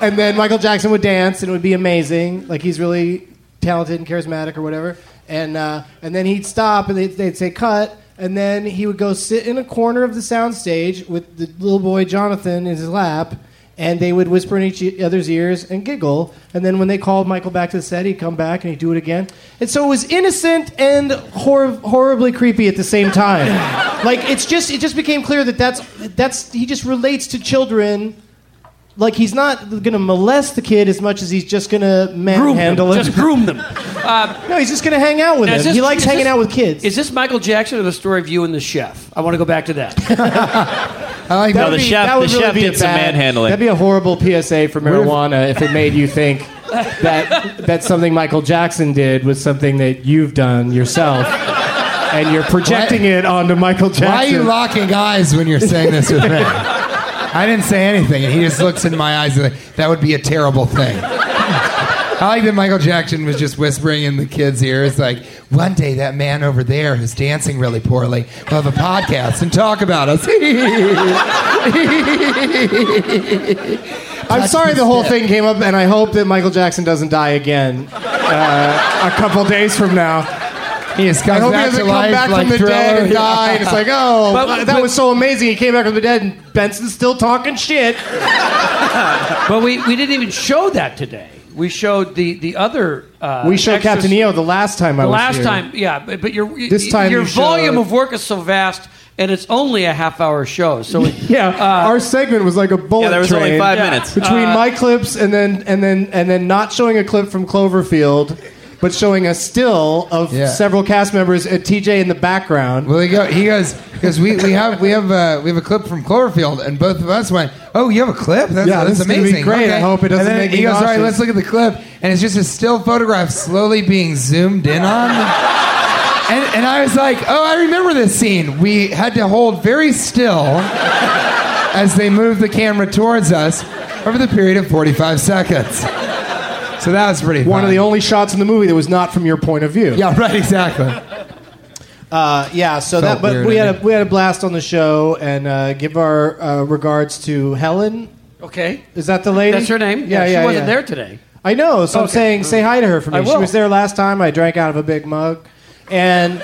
and then Michael Jackson would dance, and it would be amazing. Like he's really talented and charismatic, or whatever. And uh, and then he'd stop, and they'd, they'd say cut, and then he would go sit in a corner of the soundstage with the little boy Jonathan in his lap, and they would whisper in each other's ears and giggle. And then when they called Michael back to the set, he'd come back and he'd do it again. And so it was innocent and hor- horribly creepy at the same time. like it's just it just became clear that that's that's he just relates to children. Like he's not gonna molest the kid as much as he's just gonna manhandle him.
Just groom them.
no, he's just gonna hang out with
Now,
him.
is this-
he likes
is this-
hanging out with kids.
Is this Michael Jackson or the story of you and the chef? I want to go back to that.
I like
No, the
that.
That'd be-
chef-
that
the
would
chef
be a
did some manhandling.
That'd be a horrible PSA for marijuana if it made you think that that something Michael Jackson did was something that you've done yourself, and you're projecting it onto Michael Jackson.
Why are you locking eyes when you're saying this with me? I didn't say anything, and he just looks in my eyes and like, that would be a terrible thing. I like that Michael Jackson was just whispering in the kids' ears, like, one day that man over there who's dancing really poorly will have a podcast and talk about us.
I'm sorry the whole thing came up, and I hope that Michael Jackson doesn't die again uh, a couple days from now.
he just
I
comes
hope he
back
doesn't
to
come
life
back
like
from the
Thriller.
dead and die. And it's like, oh,
But-
that
but-
was so amazing. He came back from the dead, and Benson's still talking shit.
but we, we didn't even show that today. We showed the the other. Uh,
we showed
exercise-
Captain EO the last time I
The
was
last
here.
time, yeah, but, but your
This time
your
you
volume
showed-
of work is so vast, and it's only a half hour show. So it-
Yeah, our segment was like a bullet
Yeah, there was
train
only five
Yeah. Uh,
minutes.
between my clips and then and then and then not showing a clip from Cloverfield, but showing a still of
Yeah.
several cast members at TJ uh, in the background.
Well, he, go, he goes, because we, we have we have uh, we have a clip from Cloverfield, and both of us went, "Oh, you have a clip? That's,
Yeah,
that's
this is gonna be
amazing!
great.
Okay."
I hope it doesn't
And then
make
he
me
goes, "All right,
nauseous."
let's look at the clip," and it's just a still photograph slowly being zoomed in on. And, and I was like, "Oh, I remember this scene. We had to hold very still as they moved the camera towards us over the period of 45 seconds." So that was pretty.
One
fun.
of the only shots in the movie that was not from your point of view.
Yeah, right. Exactly.
Uh, yeah, so
Felt
that. But
weird,
we
I
had a, we had a blast on the show, and uh, give our uh, regards to Helen.
Okay,
is that the lady?
That's her name?
Yeah,
Yeah,
yeah.
she wasn't
yeah.
there today.
I know, so I'm
Okay.
saying say hi to her for me.
I
She
will.
was there last time. I drank out of a big mug, and.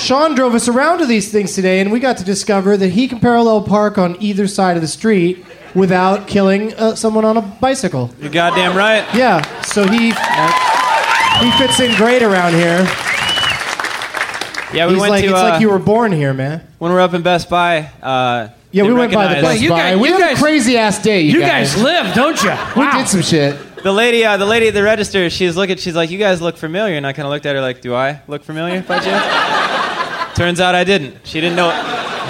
Sean drove us around to these things today, and we got to discover that he can parallel park on either side of the street without killing uh, someone on a bicycle.
You're goddamn right.
Yeah, so he he fits in great around here.
Yeah, we
He's
went
like,
to.
it's
uh,
like you were born here, man.
when we were up in Best Buy. Uh,
Yeah,
they
we went by the
recognized-
Best Buy. we had a crazy ass day. You,
you guys live,
don't you?
We did some shit.
The lady, uh, the lady at the register, she's looking. She's like, "You guys look familiar," and I kind of looked at her like, "Do I look familiar by chance?" Turns out I didn't. She didn't know.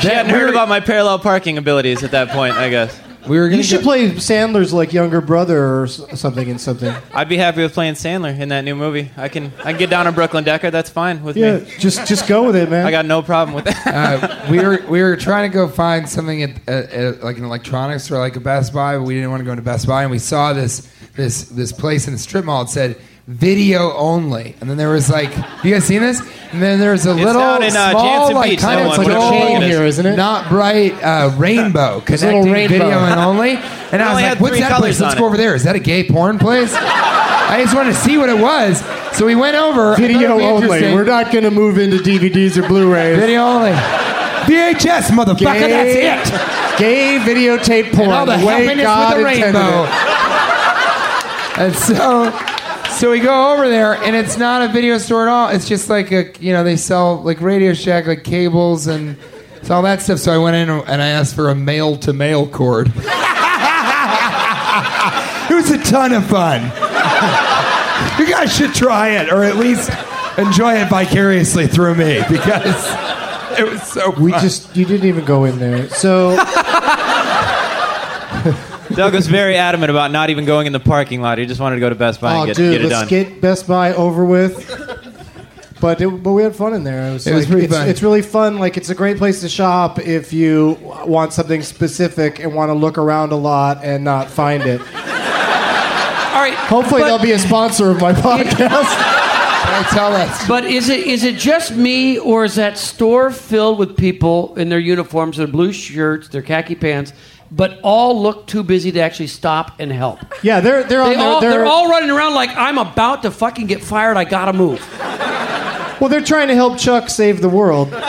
She hadn't heard about my parallel parking abilities at that point. I guess
we were.
You should play Sandler's like younger brother or s- something in something.
I'd be happy with playing Sandler in that new movie. I can, I can get down on Brooklyn Decker. That's fine with
Yeah,
me.
just just go with it, man.
I got no problem with that.
uh, we were we were trying to go find something at, at, at like an electronics or like a Best Buy, but we didn't want to go into Best Buy, and we saw this this this place in the strip mall. It said video only, and then there was like, have you guys seen this? And then there's a
It's
little
down in, uh,
small
Jansen
like
Beach,
kind
that
of
one. It's like a
dull,
chain here, isn't it?
Not bright uh, rainbow
It's a little
connecting video
rainbow.
and only. And
It
I
only
was
had
like, what's
three
that
colors
place? Let's
on
go
it.
over there. Is that a gay porn place? I just wanted to see what it was. So we went over. I thought it'd be
Video only.
interesting.
We're not going to move into DVDs or Blu-rays.
Video only. VHS, motherfucker. That's it.
Gay videotape porn.
And all the
way
happiness
God
with the
intended
rainbow.
it.
and so, so we go over there, and it's not a video store at all. It's just like a, you know, they sell like Radio Shack, like cables and it's all that stuff. So I went in and I asked for a male to male cord. it was a ton of fun. you guys should try it, or at least enjoy it vicariously through me, because it was so.
We
fun.
just you didn't even go in there. So
Doug was very adamant about not even going in the parking lot. He just wanted to go to Best Buy
oh,
and get,
dude,
get it
let's
done.
get Best Buy over with. But it, but we had fun in there. It was,
It was
like-
pretty
it's,
fun.
It's really fun. Like it's a great place to shop if you w- want something specific and want to look around a lot and not find it.
All right.
Hopefully, they'll be a sponsor of my podcast.
tell us.
But is it is it just me, or is that store filled with people in their uniforms, their blue shirts, their khaki pants, but all look too busy to actually stop and help?
yeah, they're they're on
They
their,
all,
they're,
they're all running around like I'm about to fucking get fired. I gotta move.
well, they're trying to help Chuck save the world.
I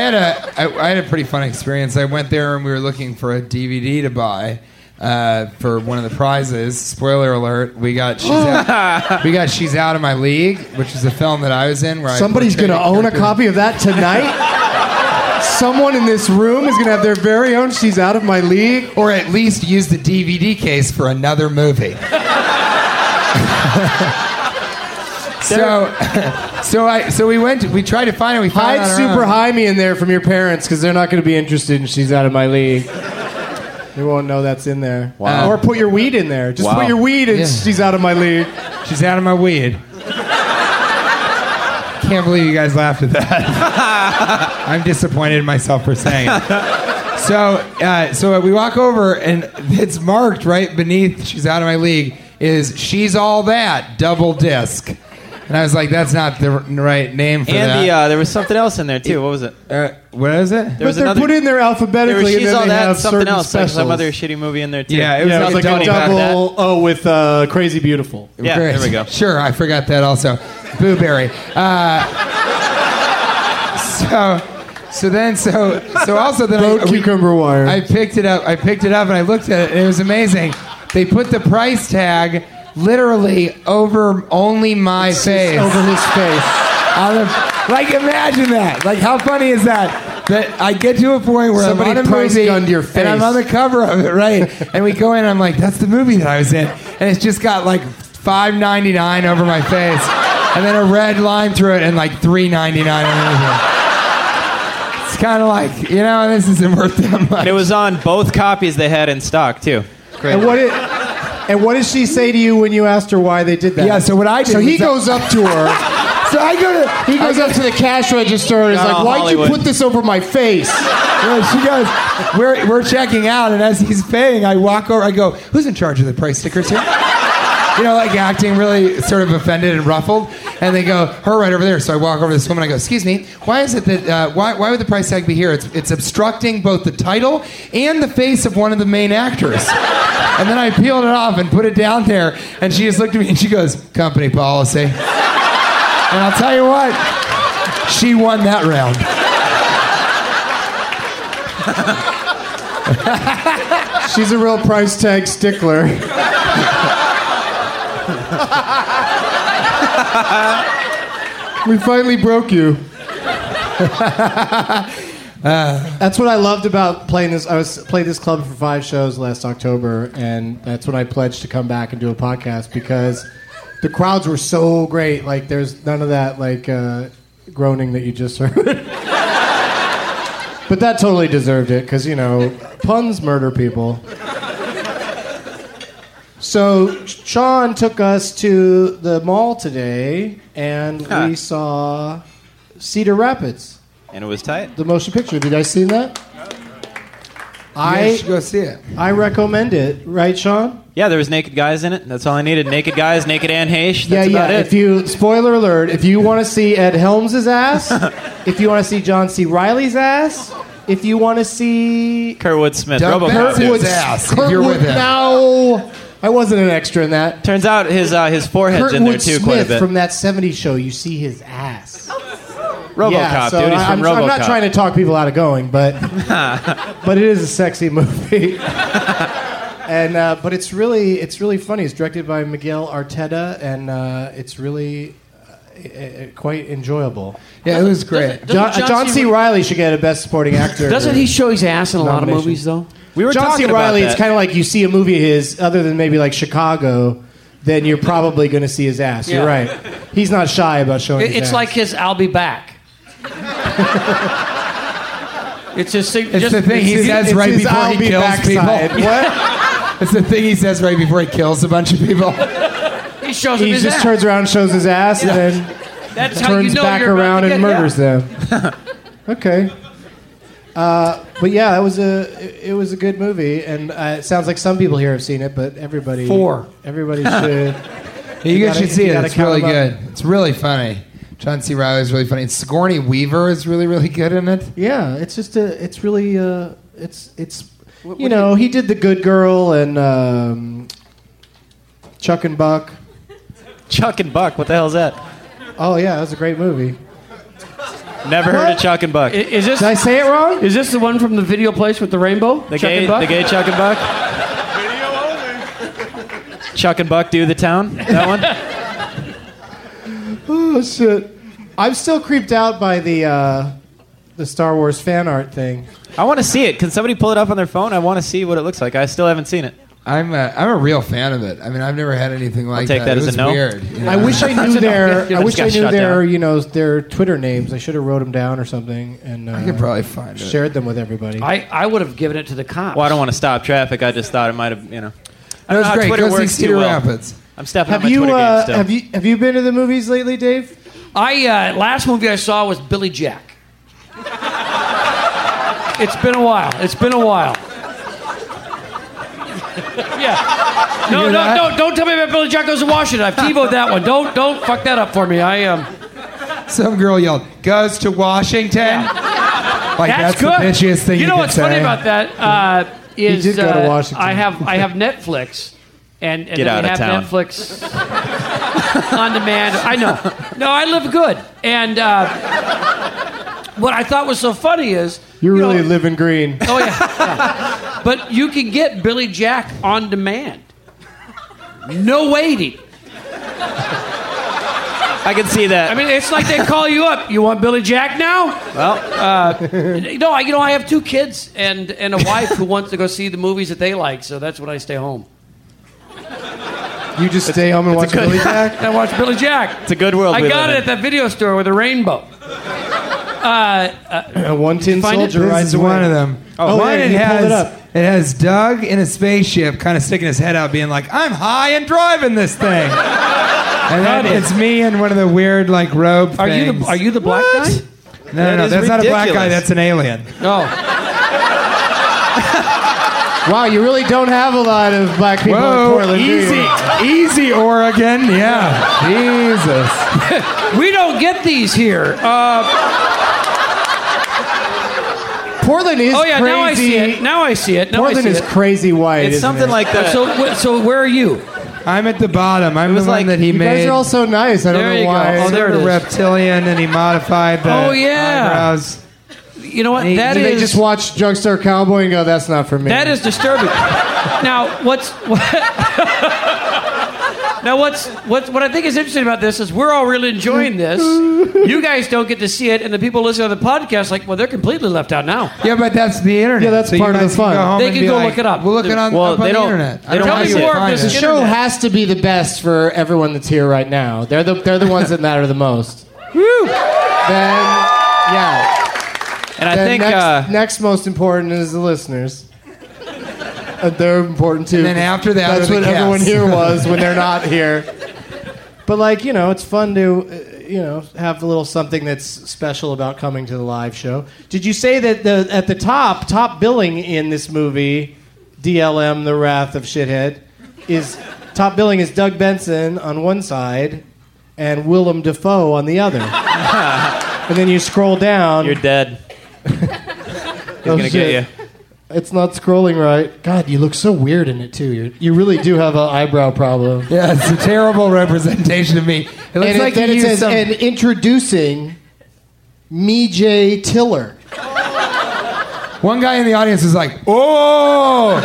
had a I, I had a pretty fun experience. I went there and we were looking for a DVD to buy uh, for one of the prizes. Spoiler alert: we got she's out, we got she's out of my league, which is a film that I was in. Where I
Somebody's
portrayed
gonna own a
character-
copy of that tonight. Someone in this room is gonna have their very own. She's out of my league.
or at least use the DVD case for another movie. so, so I so we went we tried to find it. We found
Hide
it on our
super
own.
high me in there from your parents because they're not going to be interested in she's out of my league. They won't know that's in there. Uh,
Wow.
or put your weed in there. Just
Wow.
put your weed in
Yeah.
she's out of my league.
She's out of my weed. Can't believe you guys laughed at that. I'm disappointed in myself for saying it. So, uh, so we walk over, and it's marked right beneath She's Out of My League is She's All That double disc. And I was like, that's not the r- right name for
and
that.
the, uh, there was something else in there too. What was it?
uh, what is it?
There
But
was
they're
another-
put in there
There was
alphabetically and
she's
then
all
they
that
have
and something
certain
else, like
specials.
some other shitty movie in there too.
Yeah, it was
yeah, it
like
was
a
like a
double-
double oh with uh, Crazy Beautiful.
Yeah,
Great.
there we go.
Sure, I forgot that also. Blueberry. Uh, so, so then, so, so also then
Road
I, we-
cucumber wire.
I picked it up. I picked it up and I looked at it, and it was amazing. They put the price tag literally over only my face.
over his face.
On the- like, imagine that. Like, how funny is that? That I get to a point where
Somebody
I'm on a
price
movie
gunned your
and I'm
face.
on the cover of it, right? and we go in, and I'm like, "That's the movie that I was in," and it's just got like five ninety nine over my face. and then a red line through it, and like three ninety nine on anything. It's kind of like you know, this isn't worth that much.
And it was on both copies they had in stock too. Great.
And what did and what did she say to you when you asked her why they did that?
Yeah, so what I did
So he
was I-
goes up to her.
So I go to
He goes
I go
up to the cash register and is
Oh,
like, "Why'd
Hollywood.
you put this over my face?"
Yeah, she goes, we're, we're checking out, and as he's paying, I walk over, I go, who's in charge of the price stickers here? You know, like acting really sort of offended and ruffled, and they go, her right over there. So I walk over to this woman, I go, excuse me, why is it that, uh, why, why would the price tag be here? It's, it's obstructing both the title and the face of one of the main actors. And then I peeled it off and put it down there, and she just looked at me and she goes, company policy. And I'll tell you what, she won that round.
She's a real price tag stickler. we finally broke you. that's what I loved about playing this. I was played this club for five shows last October, and that's when I pledged to come back and do a podcast because the crowds were so great. Like, there's none of that like uh, groaning that you just heard. But that totally deserved it because, you know, puns murder people. So Sean took us to the mall today and we saw Cedar Rapids,
And it was tight.
the motion picture. Have you guys seen that? I
You guys should
go see it.
I recommend it, right, Sean?
Yeah, there was naked guys in it. That's all I needed. Naked guys, naked Anne Heche.
yeah,
That's
yeah.
about it.
If you spoiler alert, if you want to see Ed Helms' ass, if you want to see John C. Riley's ass, if you want to see
Kerwood Smith,
Doug
Robocop.
Kurtwood's- Kurtwood- No, I wasn't an extra in that.
Turns out his uh, his forehead's in there
Kurtwood
too
Smith
quite a bit.
from that '70s show. You see his ass.
RoboCop,
yeah, so
dude. He's
I-
from
I'm,
RoboCop.
I'm not trying to talk people out of going, but but it is a sexy movie. and uh, but it's really it's really funny. It's directed by Miguel Arteta, and uh, it's really uh, i- i- quite enjoyable.
Yeah, it was great.
doesn't
John,
John
John
C.
C. Riley should get a Best Supporting Actor.
Doesn't he show his ass in a lot of
nomination.
movies though?
John C. Riley. It's kind of like you see a movie of his, other than maybe like Chicago, then you're probably going to see his ass. You're
Yeah.
right. He's not shy about showing.
It-
his
it's
ass.
like his "I'll be back." it's his. sig-
It's
just,
the thing he
it's his-
says
it's
right
his
before
"I'll
he
be
kills
back"
people.
side.
What? it's the thing he says right before he kills a bunch of people.
He shows him
he
his
just
ass.
turns around, shows his ass, and then
That's how you
turns
know
back
you're about
around
to
and
get-
murders
yeah.
them. okay. Uh, but yeah, that was a it was a good movie, and uh, it sounds like some people here have seen it, but everybody
Four.
everybody should.
You, guys
gotta-
should see
you
it.
gotta
It's
count
really
'em up.
good. It's really funny. John C. Riley is really funny. And Sigourney Weaver is really, really good in it.
Yeah, it's just a it's really uh, it's it's you know he did the Good Girl and um, Chuck and Buck.
Chuck and Buck. What the hell's that?
Oh yeah, that was a great movie.
Never heard of Chuck and Buck.
I- Is this?
Did I say it wrong?
Is this the one from the video place with the rainbow?
The
Chuck
gay,
and Buck?
the gay Chuck and Buck. Video only. Chuck and Buck do the town. That one.
Oh shit! I'm still creeped out by the uh, the Star Wars fan art thing.
I want to see it. Can somebody pull it up on their phone? I want to see what it looks like. I still haven't seen it.
I'm a, I'm a real fan of it. I mean, I've never had anything like
take that
It
as a
was
no.
weird. you
I
know?
wish I
That's
knew
enough.
their
Yeah,
I
this
wish
got
I knew
shut
their
down.
you know their Twitter names. I should have wrote them down or something. And uh, I
could probably find it.
shared them with everybody.
I, I would have given it to the cops.
Well, I don't want to stop traffic. I just thought it might have, you know. I
That
don't
was
know how
great.
Twitter
Go see
works too
Cedar
well.
Rapids.
I'm stepping on
have
my
you
Twitter game
uh,
still.
have you have you been to the movies lately, Dave?
I uh, last movie I saw was Billy Jack. it's been a while. It's been a while. yeah. No, no, no! Don't tell me about Billy Jack goes to Washington. I've TiVoed that one. Don't, don't fuck that up for me. I um,
Some girl yelled, "Goes to Washington." Like
that's,
that's,
good.
the bitchiest thing you,
know
could
what's
say.
funny about that uh, is
did go to
uh,
Washington.
I have I have Netflix, and, and
Get
then
out
we have
of town.
Netflix on demand. I know. No, I live good, and uh, what I thought was so funny is
You're
you know,
really living green.
Oh yeah. yeah. But you can get Billy Jack on demand. No waiting.
I can see that.
I mean, it's like they call you up. You want Billy Jack now? Uh,
well,
No, I, you know, I have two kids and, and a wife who wants to go see the movies that they like, so that's when I stay home.
You just stay home and watch Billy Jack.
I watch Billy Jack.
It's a good world.
I
we
got
live
it
in.
at that video store with a rainbow. Uh,
uh, one tin
find
soldier
it?
This is one of them.
Oh,
One,
yeah,
it
you pulled
has
it up.
it has Doug in a spaceship, kind of sticking his head out, being like, "I'm high and driving this thing." and then it's me and one of the weird like robe.
Are you the-
things.
are you the black What? guy?
No,
That
no, no,
is
that's not a black guy.
ridiculous.
That's an alien.
No.
Wow, you really don't have a lot of black people in
Whoa,
Oh, Portland. do you?
easy, easy, Oregon. Yeah, Jesus.
we don't get these here. Uh,
Portland is
oh yeah,
crazy.
now I see it. Now I see it. Now I
Portland
see
is
it.
crazy white.
It's
isn't
something
it?
like that.
So wh- so where are you?
I'm at the bottom. I'm the one that he
you
made.
guys are all so nice. I don't
There
know
you go.
why.
Oh, there it
a
is.
reptilian, and he modified the
Oh, yeah.
eyebrows.
You know what?
They-
That
do they
is-
just watch Drunkstar Cowboy and go, "That's not for me."
That is disturbing. now, Oh, what's now what's what what I think is interesting about this is we're all really enjoying this. You guys don't get to see it, and the people listening to the podcast like, well, they're completely left out now.
Yeah, but that's the internet.
Yeah, that's
so you
part of the
guys
fun.
Can go home
They
and
can
be
go
like,
look it up.
We'll look it on,
Well,
up on
they
the
don't-
internet.
they
I
don't
know
want
how
you
you
to
find
find
it.
it.
the show has to be the best for everyone that's here right now. They're the they're the ones that matter the most.
Woo!
Then yeah.
and I
Then
think
next,
uh,
next most important is the listeners. Uh, they're important too.
And then after that,
that's
are the
what everyone
cats.
here was when they're not here. But like you know, it's fun to uh, you know have a little something that's special about coming to the live show. Did you say that the at the top top billing in this movie, DLM: The Wrath of Shithead, is top billing is Doug Benson on one side, and Willem Dafoe on the other. and then you scroll down.
you're dead. He's
Oh,
gonna
shit.
get you.
It's not scrolling right. God, you look so weird in it too. You you really do have an eyebrow problem.
Yeah, it's a terrible representation of me. It looks
and
like
it, then
you
it
used
says,
some.
and introducing me J Tiller.
one guy in the audience is like, "Oh,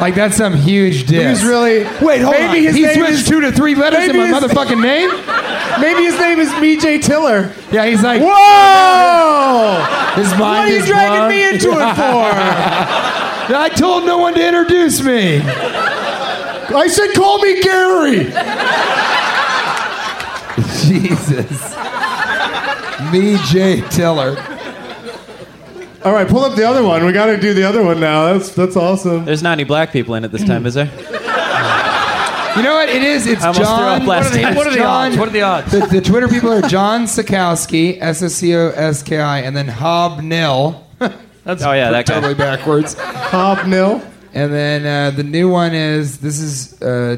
like that's some huge dick."
He's really
Wait, hold
maybe
on.
His
he
name
switched
is,
two to three letters in
maybe
my
his-
motherfucking name.
Maybe his name is me J Tiller.
Yeah, he's like,
Whoa!
His mind
What are you
is
dragging
blown.
me into it for?
I told no one to introduce me.
I said, call me Gary.
Jesus. Me, Jay Tiller.
All right, pull up the other one. We got to do the other one now. That's that's awesome.
There's not any black people in it this time, is there?
You know what it is? It's
I almost threw
John.
up last
what are
time.
the, What are the
John-
odds?
What are the odds?
The, the Twitter people are John Sikowski, S S C O S K I, and then Hob Nil.
That's oh yeah, that guy.
totally backwards.
Hob Mill.
And then uh, the new one is this is uh,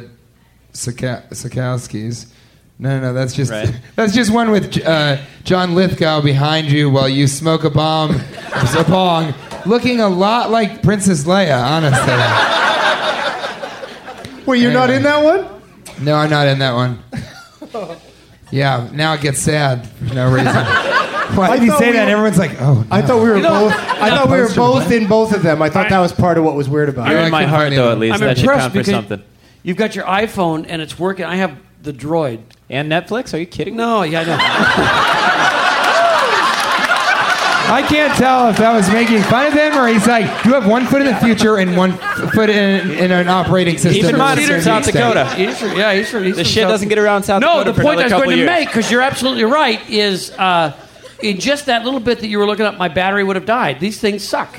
Sika- Sikowski's. No, no, that's just
Right.
that's just one with uh, John Lithgow behind you while you smoke a bomb, a bong, looking a lot like Princess Leia. Honestly,
Wait, you're not
Anyway.
in that one?
no, I'm not in that one. Yeah, now it gets sad for no reason. Why
I
did you
thought
say
we
that?
were-
Everyone's like, oh,
I
no.
thought we were
You know-
both. I thought we were
Poster
both
boy.
in both of them. I thought that was part of what was weird about
You're
I
it.
in my
couldn't
heart
find
though,
anyone.
at least.
I'm
that should
impressed
count for
because
something.
you've got your iPhone and it's working. I have the Droid.
And Netflix? Are you kidding? me?
No, yeah, I know.
I can't tell if that was making fun of him or he's like, you have one foot in the future and one f- foot in, in an operating system.
He's in
or
mind,
something.
South Dakota.
He's from, yeah, he's from. He's
This
from
shit
South-
doesn't get around South
no,
Dakota
the
for
point I
another
was going
couple
to
years.
make, because you're absolutely right, is uh, in just that little bit that you were looking up, my battery would have died. These things suck.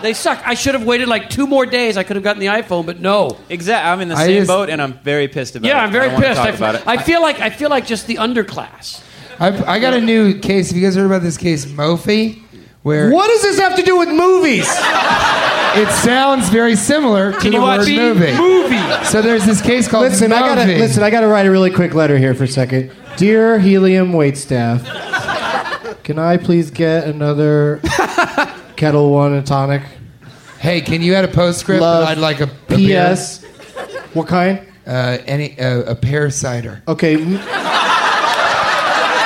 they suck. I should have waited like two more days. I could have gotten the iPhone, but no.
Exactly. I'm in the
I
same
just-
boat, and I'm very pissed about it.
Yeah, I'm very
I don't wanna
pissed.
Talk
I,
about it.
I feel like I feel like just the underclass.
I, I got a new case. Have you guys heard about this case, Mophie? Where
What does this have to do with movies?
it sounds very similar to
Can
the
you watch
word
the
movie.
Movie.
So there's this case called
Listen, I gotta
Mophie.
listen. I gotta write a really quick letter here for a second. Dear Helium Waitstaff, can I please get another kettle one and tonic?
Hey, can you add a postscript?
Love.
I'd like a, a beer.
P.S. What kind?
Uh, any uh, a pear cider.
Okay, m-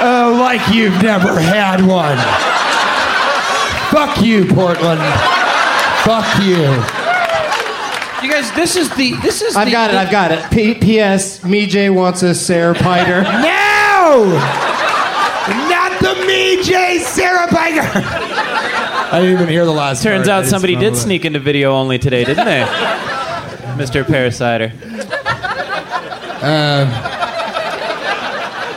Oh, like you've never had one. Fuck you, Portland. Fuck you.
You guys, this is the this is.
I've
the,
got it. I've got it. P- P.S. Me J wants a Sarah Piter.
No! Not the me, J. Sarah Baker. I didn't even hear the last.
Turns
part. I
out
just
somebody did
mumbled it.
sneak into video only today, didn't they? Mr. Parasiter.
Um,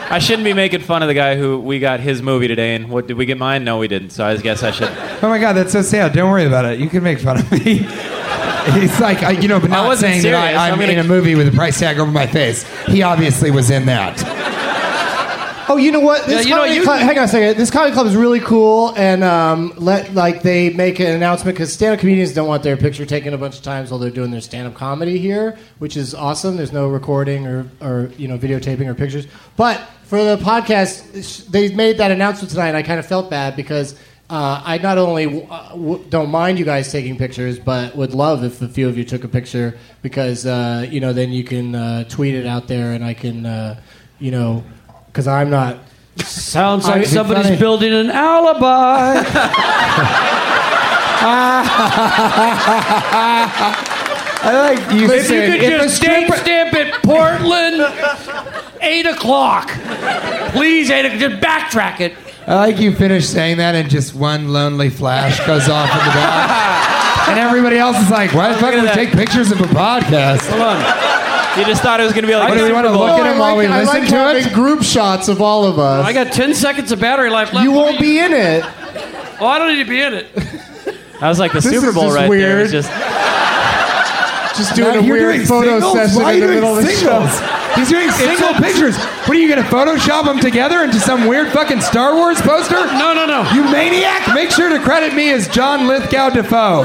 I shouldn't be making fun of the guy who we got his movie today, and what did we get mine? No, we didn't. So I guess I should.
Oh my god, that's so sad. Don't worry about it. You can make fun of me. He's like, I, you know, but
I
not
wasn't
saying that
serious.
I, I'm,
I'm gonna-
in a movie with a price tag over my face. He obviously was in that.
Oh, you know what? This
Yeah, you know,
comedy
you-
club, hang on a second. This comedy club is really cool, and um, let like they make an announcement because stand-up comedians don't want their picture taken a bunch of times while they're doing their stand-up comedy here, which is awesome. There's no recording or, or you know videotaping or pictures. But for the podcast, sh- they made that announcement tonight. and I kind of felt bad because. Uh, I not only uh, w- don't mind you guys taking pictures, but would love if a few of you took a picture because uh, you know then you can uh, tweet it out there, and I can uh, you know because I'm not.
Sounds
I-
like somebody's
funny.
building an alibi.
I like you
If
said
you could
if a
just date stamp it, Portland, eight o'clock. Please, eight o'clock. Just backtrack it.
I like you finish saying that, and just one lonely flash goes off in the back, and everybody else is like, "Why the fuck do we take pictures of a podcast?"
Hold on. You just thought it was going to be like.
What, do we want to look at him while we listen to it?
group shots of all of us.
Oh, I got ten seconds of battery life left.
you won't be in it.
Oh, I don't need to be in it.
I was like the
This
Super
is
Bowl
just
right there. It was
weird.
just
Just
Matt,
doing a
you're
weird
doing
photo
singles?
session
Why are
in the
you doing
middle of the
singles?
show.
He's doing single pictures. What are you going to Photoshop them together into some weird fucking Star Wars poster?
No, no, no.
You maniac! Make sure to credit me as John Lithgow Defoe.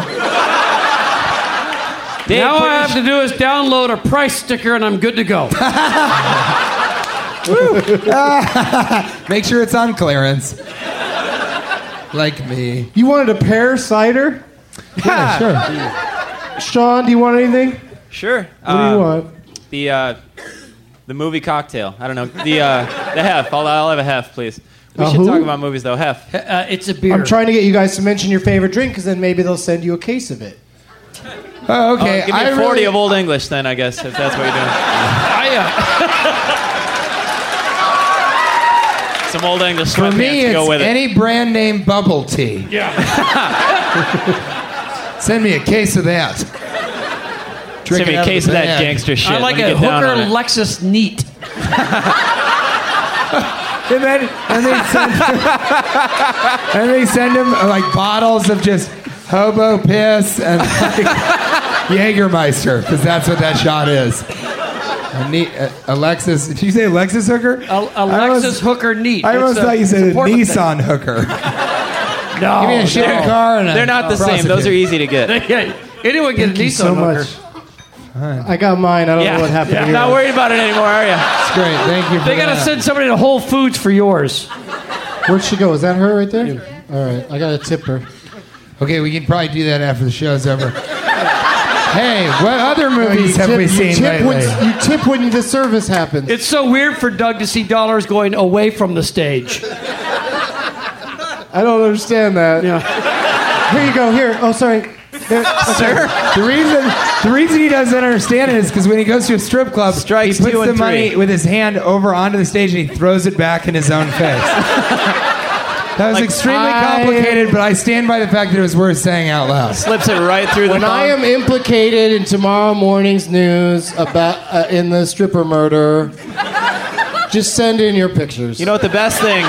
Dave,
now all
put
I
your
have to do is download a price sticker, and I'm good to go.
Make sure it's on clearance. Like me.
You wanted a pear cider? sure. Sean, do you want anything?
Sure.
What do you
Um,
want?
The uh, the movie cocktail. I don't know. The uh, the hef. I'll, I'll have a hef, please. We
A
should
who?
talk about movies though. Hef.
Uh, it's a beer.
I'm trying to get you guys to mention your favorite drink because then maybe they'll send you a case of it.
Oh, okay.
Give me
I
forty
really-
of old English then, I guess, if that's what you're doing.
uh,
Some old English
For
sweatpants
me,
to
it's
go with it.
any brand name bubble tea. Yeah. Send me a case of that. Drink
Send me
it
a
out
case
the
of that
bag.
gangster shit.
I like
Let me
a
get down
hooker
on it.
Lexus neat.
And then and they send and they send him uh, like bottles of just hobo piss and like, Jägermeister because that's what that shot is. A neat, uh, Alexis, did you say Alexis Hooker?
A-
I
Alexis
almost-
Hooker neat.
I almost
It's a-
thought you
it's
said
a
a
Portland thing.
Nissan Hooker.
No,
Give me a shit
no.
car and a
They're not the same. Those are
prostitute.
easy to get.
Yeah, anyone get a
Thank you
Nissan
so
hooker.
much. I got mine. I don't know what happened here.
Not worried about it anymore, are you?
It's great. Thank you. For
They gotta
that.
send somebody to Whole Foods for yours.
Where'd she go? Is that her right there? All right. I got to tip her.
Okay, we can probably do that after the show's over. hey, what other movies have we seen
tip
lately?
when, you tip when the service happens.
It's so weird for Doug to see dollars going away from the stage.
I don't understand that.
Yeah.
Here you go. Here. Oh, sorry. There, Sir?
The reason the reason he doesn't understand it is because when he goes to a strip club,
Strikes
he puts
two
the
and three.
money with his hand over onto the stage and he throws it back in his own face. that was extremely
I-
complicated, but I stand by the fact that it was worth saying out loud.
Slips it right through the
When I
thumb.
am implicated in tomorrow morning's news about uh, in the stripper murder, just send in your pictures.
You know what the best thing?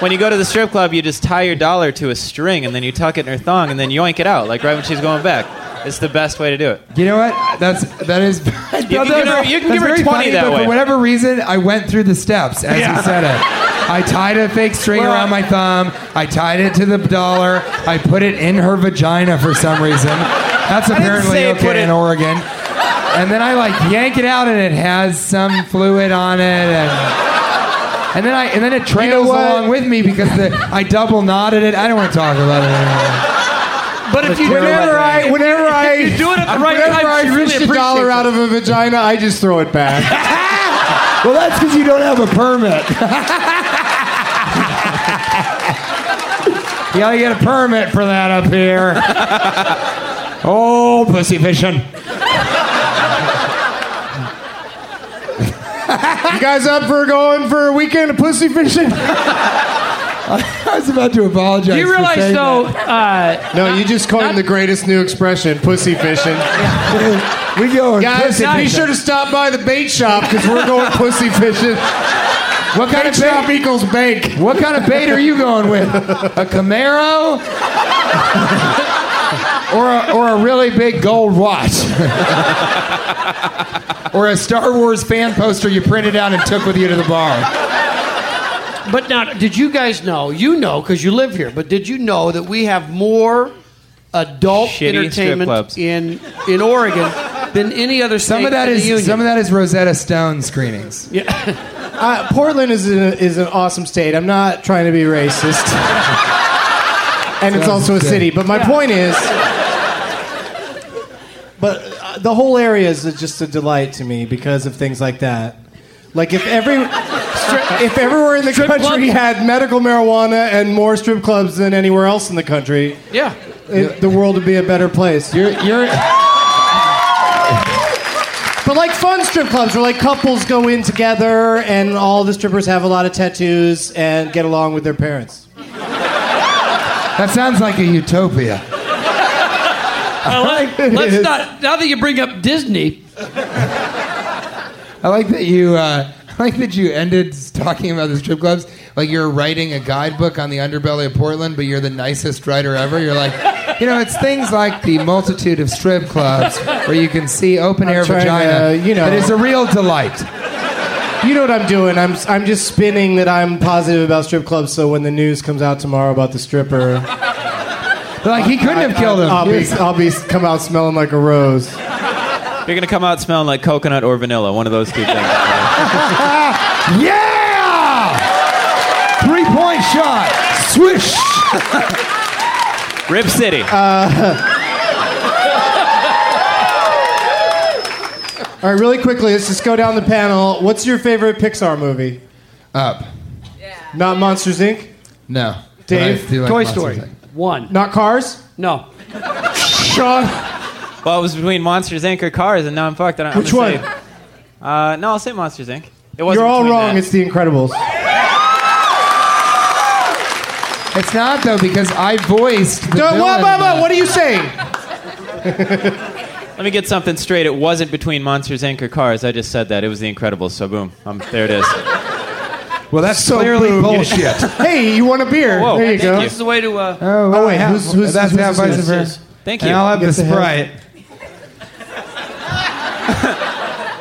When you go to the strip club, you just tie your dollar to a string and then you tuck it in her thong and then yoink it out, like right when she's going back. It's the best way to do it.
You know what? That's that is. You can
give her- you can give her 20 that
but
way.
For whatever reason, I went through the steps as you said it. I tied a fake string
Well,
around my thumb. I tied it to the dollar. I put it in her vagina for some reason. That's
didn't
apparently
say
okay
put it-
in Oregon. And then I like yank it out, and it has some fluid on it, and and then I and then it trails
what?
along with me because the, I double knotted it. I don't want to talk about it anymore.
But if you do it
Whenever I-
right,
whenever I-
if you do it at the right
whenever
time,
I
she
reached
really
a dollar
appreciates
out of a vagina, I just throw it back.
Well, that's because you don't have a permit. You gotta get a permit for that up here. oh, pussy fishing.
you guys up for going for a weekend of pussy fishing?
I was about to apologize.
Do you
for
realize
saying
though?
that.
Uh,
No, you just coined the greatest new expression, pussy fishing.
We going
Guys,
pussy
be
fishing.
sure to stop by the bait shop because we're going pussy fishing.
What kind of bait shop
equals bank?
What kind of bait are you going with? A Camaro? or, a, or a really big gold watch? or a Star Wars fan poster you printed out and took with you to the bar?
But now, did you guys know? You know because you live here. But did you know that we have more adult
Shitty strip
entertainment
clubs.
in in Oregon than any other state?
Some of that
in the
is
union.
some of that is Rosetta Stone screenings.
Uh, Portland is a, is an awesome state. I'm not trying to be racist, and it's also a city. But my point is, but uh, the whole area is just a delight to me because of things like that. Like if every stri- if everywhere in the
Strip
country
club?
had medical marijuana and more strip clubs than anywhere else in the country,
yeah.
it, the world would be a better place. You're, you're. But like fun strip clubs where like couples go in together and all the strippers have a lot of tattoos and get along with their parents.
That sounds like a utopia.
I like-
It
let's
is.
not. Now that you bring up Disney,
I like that you. Uh, I like that you ended talking about the strip clubs like you're writing a guidebook on the underbelly of Portland, but you're the nicest writer ever. You're like, you know, it's things like the multitude of strip clubs where you can see open air
I'm trying
vagina.
to, you know.
that is a real delight.
You know what I'm doing? I'm I'm just spinning that I'm positive about strip clubs. So when the news comes out tomorrow about the stripper,
Like he couldn't have killed him.
I'll be
You're-
I'll be come out smelling like a rose.
You're gonna come out smelling like coconut or vanilla, one of those two things.
yeah, three point shot, swish.
Rip City.
All right, really quickly, let's just go down the panel. What's your favorite Pixar movie?
Up.
Not Monsters Inc.
No.
Dave,
But I do like
Toy
lots of
Story.
things.
one.
Not Cars.
No,
Sean.
well, it was between Monsters Inc. or Cars, and now I'm fucked. I don't,
Which
I'm gonna
one?
say- uh, no, I'll say Monsters Inc. It wasn't
You're all
between
wrong.
that.
It's The Incredibles.
It's not though because I voiced. The
Don't- whoa,
villain uh,
whoa,
in
whoa,
that.
what are you saying?
uh, Let me get something straight. It wasn't between Monsters Inc. or Cars. I just said that. It was The Incredibles. So boom, um, there it is.
Well, that's
So
clearly
boom.
bullshit.
Hey, you want a beer?
Whoa,
there you
thank
go.
this is the way to. Uh,
Oh,
Oh, wait, who's- who's-
that's
who's
half
this
ice
is?
and beer.
This is-
Thank
And
you.
I'll have
Get
the
the hell-
sprite.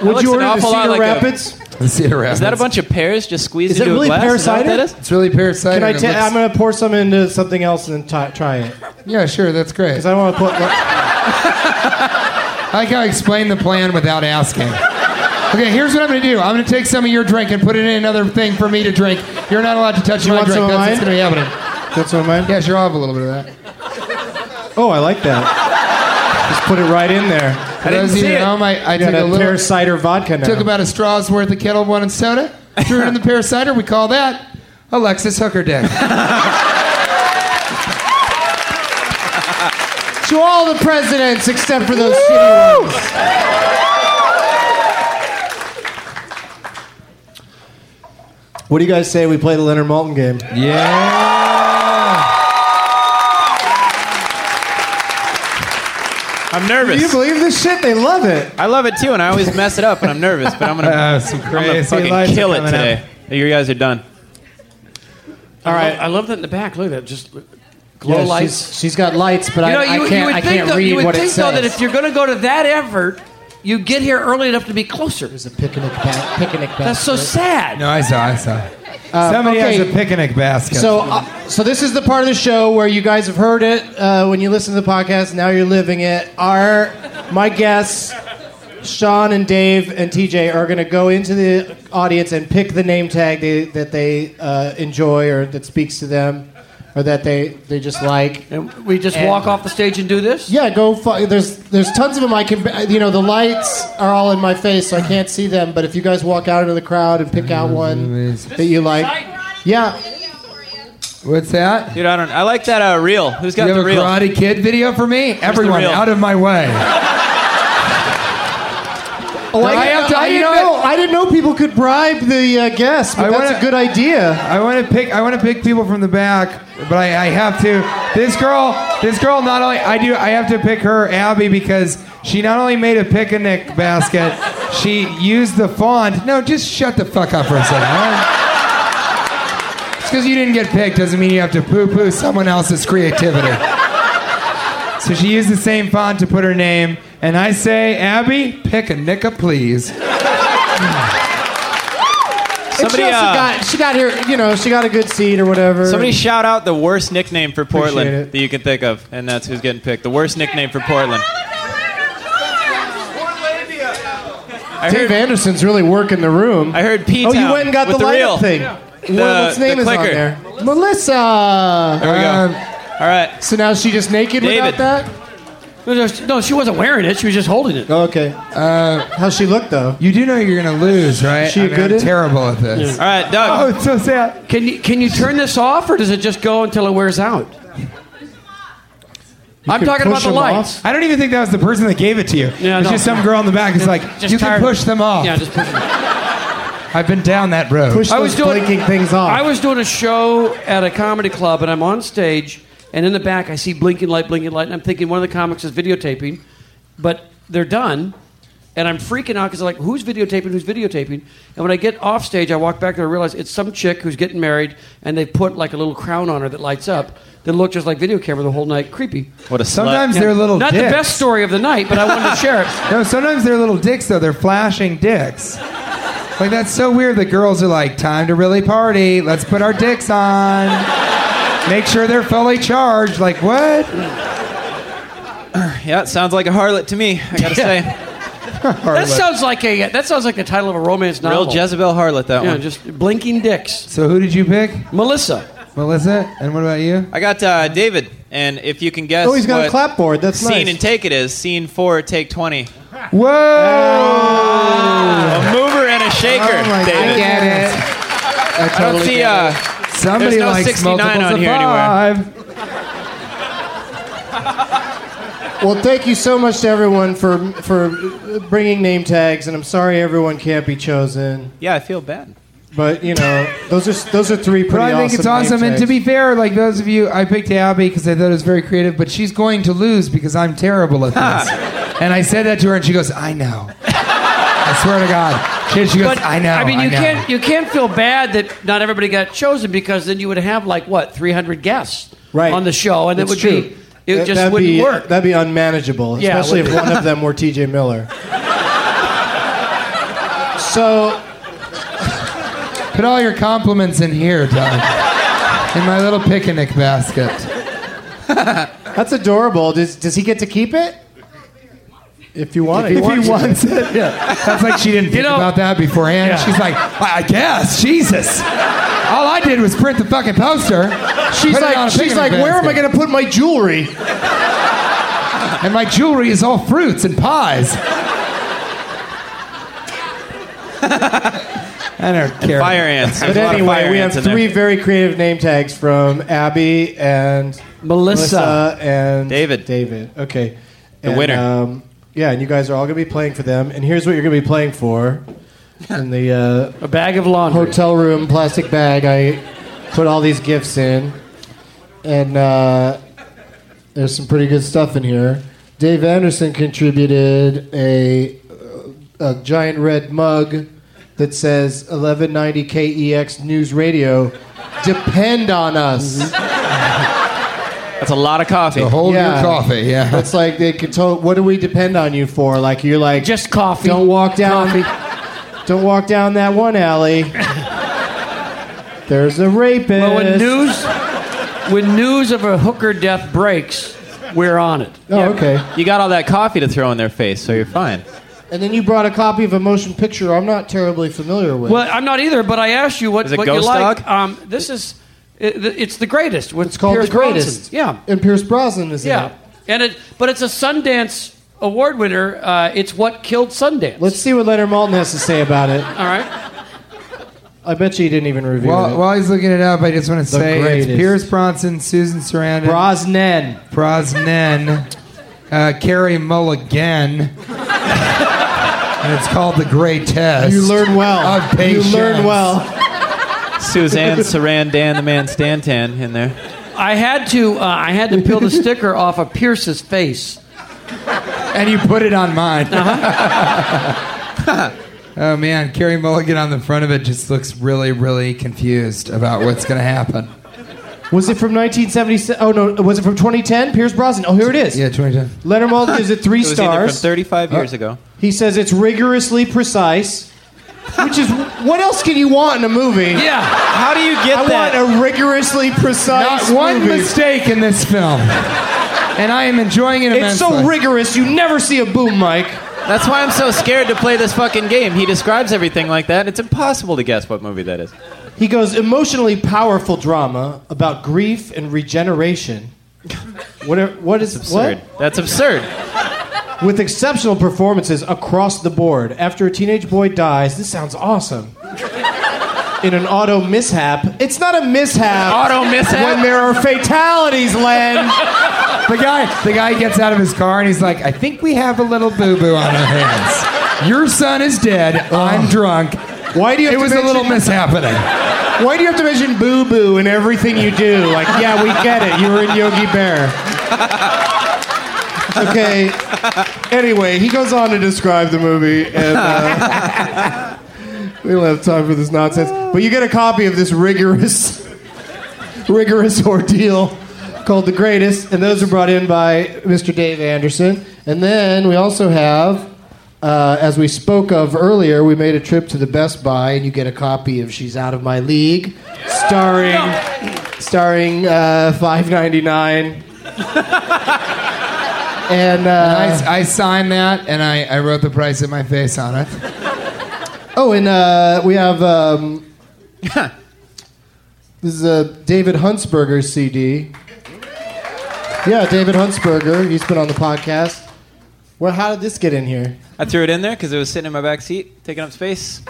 Would
looks
you
an
order the
awful lot
Cedar
like a-
Rapids?
The cedar
Is
rabbits.
that a bunch of pears just squeezed
Is it
into
really
a glass? Is that what
pear
that is?
It's really parasitic.
Can I?
It
ta-
looks-
I'm gonna pour some into something else and then ti- try it
Yeah, sure. That's great.
because I want to put.
I like how I explained the plan without asking. Okay, here's what I'm going to do. I'm going to take some of your drink and put it in another thing for me to drink. You're not allowed to touch
You
my
want
drink.
some of
That's what's
mine?
going to be happening.
That's what mine.
Yeah, sure. I'll have a little bit of that.
Oh, I like that. Just put it right in there.
For those of you at home, I, I
got
took a
a pear
little.
cider vodka now.
Took about a straw's worth of Kettle One and soda. Threw it in the pear cider. We call that Alexis Hooker Dick.
to all the presidents except for those shitty ones. What do you guys say we play the Leonard Malton game?
Yeah.
I'm
Can you
nervous.
believe this shit? They love it.
I love it too, and I always mess it up, and I'm nervous. But I'm gonna,
Uh, some
I'm gonna
crazy lights
fucking
are
kill it
coming
today. You guys are done.
all right. I love that in the back. Look at that. Just glow
Yeah,
lights.
she's- she's got lights, but
You know,
I,
you,
I
would- you
can't,
would
I
think,
can't
though,
read
you would
what
think
it
though
says.
that if you're going to go to that effort, you get here early enough to be closer.
There's a picnic, ba- picnic basket.
That's so sad.
No, I saw. I saw.
Uh,
Somebody
okay.
has a picnic basket.
So, uh, so this is the part of the show where you guys have heard it uh, when you listen to the podcast. Now you're living it. Our, my guests, Sean and Dave and TJ are going to go into the audience and pick the name tag they, that they uh, enjoy or that speaks to them, or that they, they just like.
And we just
And-
walk off the stage and do this?
Yeah, go. Fu- there's there's tons of them. I can uh, you know the lights are all in my face, so I can't see them. But if you guys walk out into the crowd and pick out one that you like, yeah,
What's that?
Dude, I don't. I like that uh, reel. Who's got
you
the
have a
reel?
Karate Kid video for me? Everyone,
reel?
out of my way. Oh, I, didn't know- I didn't know. I didn't know people could bribe the uh, guests, but that's a good idea.
I want to pick. I want to pick people from the back, but I, I have to. This girl, this girl, not only I do. I have to pick her, Abby, because she not only made a picnic basket, she used the font. No, just shut the fuck up for a second. all right? Just because you didn't get picked doesn't mean you have to poo-poo someone else's creativity. So she used the same font to put her name, and I say, Abby, pick a nicka, please.
Somebody, she, also
uh,
got, she got her, you know, she got a good seat or whatever.
Somebody shout out the worst nickname for
Appreciate it.
Portland that you can think of, and that's who's getting picked. The worst nickname for Portland. I
Dave Anderson's really working the room. I
heard P.
Oh, you went and got the,
with the
light
reel.
thing.
Yeah.
One of its
The-
name
the
is on
clicker.
there. Melissa.
There we go.
Um,
All right.
So now is she just naked
David.
without that?
No, no, she- no, she wasn't wearing it. She was just holding it.
Oh, Okay. Uh, How she look though?
You do know you're gonna lose, right?
She a
I mean,
good
I'm
at it?
terrible at this.
All right, Doug.
Oh, it's so sad.
Can you can you turn this off, or does it just go until it wears out? I'm
could
talking about
push
the
them
lights.
I don't even think that was the person that gave it to you.
Yeah,
it's
no.
just some girl in the back. It's like you can
tired-
push them off.
Yeah, just push them.
I've been down that road.
I was doing
things off.
I was doing a show at a comedy club, and I'm on stage, and in the back I see blinking light, blinking light, and I'm thinking one of the comics is videotaping, but they're done, and I'm freaking out because I'm like, who's videotaping? Who's videotaping? And when I get off stage, I walk back and I realize it's some chick who's getting married, and they put like a little crown on her that lights up. That looked just like video camera the whole night. Creepy.
What a
Sometimes they're little
Not the
dicks.
best story of the night, but I wanted to share it.
No, sometimes they're little dicks though. They're flashing dicks. Like that's so weird. The girls are like, time to really party. Let's put our dicks on. Make sure they're fully charged. Like what?
Yeah, it sounds like a harlot to me. I gotta say,
That sounds like a that sounds like the title of a romance novel.
real Jezebel harlot that
yeah,
one.
just blinking dicks.
So who did you pick?
Melissa.
Melissa. And what about you?
I got uh, David, and if you can guess,
Oh, he's got
what
a clapboard. That's
scene
nice.
and take it is scene four, take twenty.
Whoa!
A mover and a shaker.
Oh my
David.
I get it.
I don't see. Uh,
Somebody
there's no
likes
69
multiples
on
of
here
five.
anywhere.
Well, thank you so much to everyone for for bringing name tags, and I'm sorry everyone can't be chosen.
Yeah, I feel bad.
But you know, those are those are three pretty.
But I think it's
awesome name
awesome. And
tags.
to be fair, like those of you, I picked Abby because I thought it was very creative, but she's going to lose because I'm terrible at this. and I said that to her, and she goes, I know. I swear to God. She, she goes,
But
I know.
I mean, you
know."
can't you can't feel bad that not everybody got chosen because then you would have like what 300 guests
Right.
on the show, and it
It's
would
true.
be it
That-
just
that'd
wouldn't
be-
work.
That'd be unmanageable,
Yeah, it
especially
would
if
be.
one of them were T.J. Miller. so
Put all your compliments in here, Doug. in my little picnic basket.
that's adorable. Does does he get to keep it? If you want
If
it,
he wants it, yeah. That's like she didn't think
know-
about that beforehand.
Yeah.
She's like, I I guess, Jesus. All I did was print the fucking poster.
She's
put it on a
like, she's
picnic
like, where am I
basket."
going to put my jewelry?
and my jewelry is all fruits and pies. I don't care.
Fire ants. There's
But
a lot of
anyway,
fire
we
ants
have
in there.
three very creative name tags from Abby and
Melissa.
Melissa and
David.
David. Okay. The
winner.
Um, yeah, and you guys are all going to be playing for them. And here's what you're going to be playing for. In the
a bag of
uh,
laundry.
hotel room plastic bag, I put all these gifts in. And uh, there's some pretty good stuff in here. Dave Anderson contributed a, a giant red mug that says 1190 KEX E News Radio. Depend on us.
That's a lot of coffee.
So hold
Yeah.
your coffee, yeah.
It's like they could. To- what do we depend on you for? Like you're like
Just coffee.
Don't walk down. Don't walk down that one alley. There's a rapist.
Well, when news when news of a hooker death breaks, we're on it.
oh, okay.
You got all that coffee to throw in their face, so you're fine.
And then you brought a copy of a motion picture I'm not terribly familiar with.
Well, I'm not either, but I asked you what
Is it
what
Ghost
you like.
Dog?
Um, this is it, it's the greatest.
it's called The Greatest.
Yeah.
And Pierce Brosnan is in
Yeah,
it.
and it, but it's a Sundance award winner. Uh, it's what killed Sundance.
Let's see what Leonard Maltin has to say about it.
All right.
I bet you he didn't even review
While,
it.
while he's looking it up, I just want to say
greatest.
it's Pierce Bronson, Susan Sarandon,
Brosnan.
Brosnan, uh, Carrie Mulligan, And it's called The Great Test.
You learn well.
Of patience.
You learn well.
Suzanne, Saran, Dan, the man Stantan in there.
I had to. Uh, I had to peel the sticker off of Pierce's face.
And you put it on mine.
Uh-huh.
oh man, Carrie Mulligan on the front of it just looks really, really confused about what's going to happen.
Was it from 1977? Oh no, was it from 2010? Pierce Brosnan. Oh, here it is.
Yeah, 2010.
Leonard Maltin gives it three
It was either
stars.
from
Oh.
35 years ago.
He says it's rigorously precise, which is what else can you want in a movie?
Yeah.
How do you get
I
that?
want a rigorously precise.
Not one
movie.
mistake in this film, and I am enjoying it
It's
immensely.
so rigorous, you never see a boom mic.
That's why I'm so scared to play this fucking game. He describes everything like that. It's impossible to guess what movie that is.
He goes emotionally powerful drama about grief and regeneration. What, are, what is
Absurd.
what?
That's absurd.
With exceptional performances across the board. After a teenage boy dies, this sounds awesome. In an auto mishap, it's not a mishap.
Auto mishap?
When there are fatalities, Len.
The guy, the guy gets out of his car and he's like, "I think we have a little boo boo on our hands. Your son is dead. I'm drunk.
Oh. Why do you? Have
It
to
was a
mention,
little mishappening."
Why do you have to mention boo boo in everything you do? Like, yeah, we get it. You were in Yogi Bear. Okay. Anyway, he goes on to describe the movie, and uh, we don't have time for this nonsense. But you get a copy of this rigorous, rigorous ordeal called "The Greatest," and those are brought in by Mr. Dave Anderson. And then we also have uh, as we spoke of earlier, we made a trip to the Best Buy, and you get a copy of "She's Out of My League," starring starring uh, five ninety nine. and uh,
I, I signed that and I, I wrote the price of my face on it.
oh, and uh, we have um, this is a David Huntsberger CD. Yeah, David Huntsberger. He's been on the podcast. Well, how did this get in here?
I threw it in there because it was sitting in my back seat, taking up space.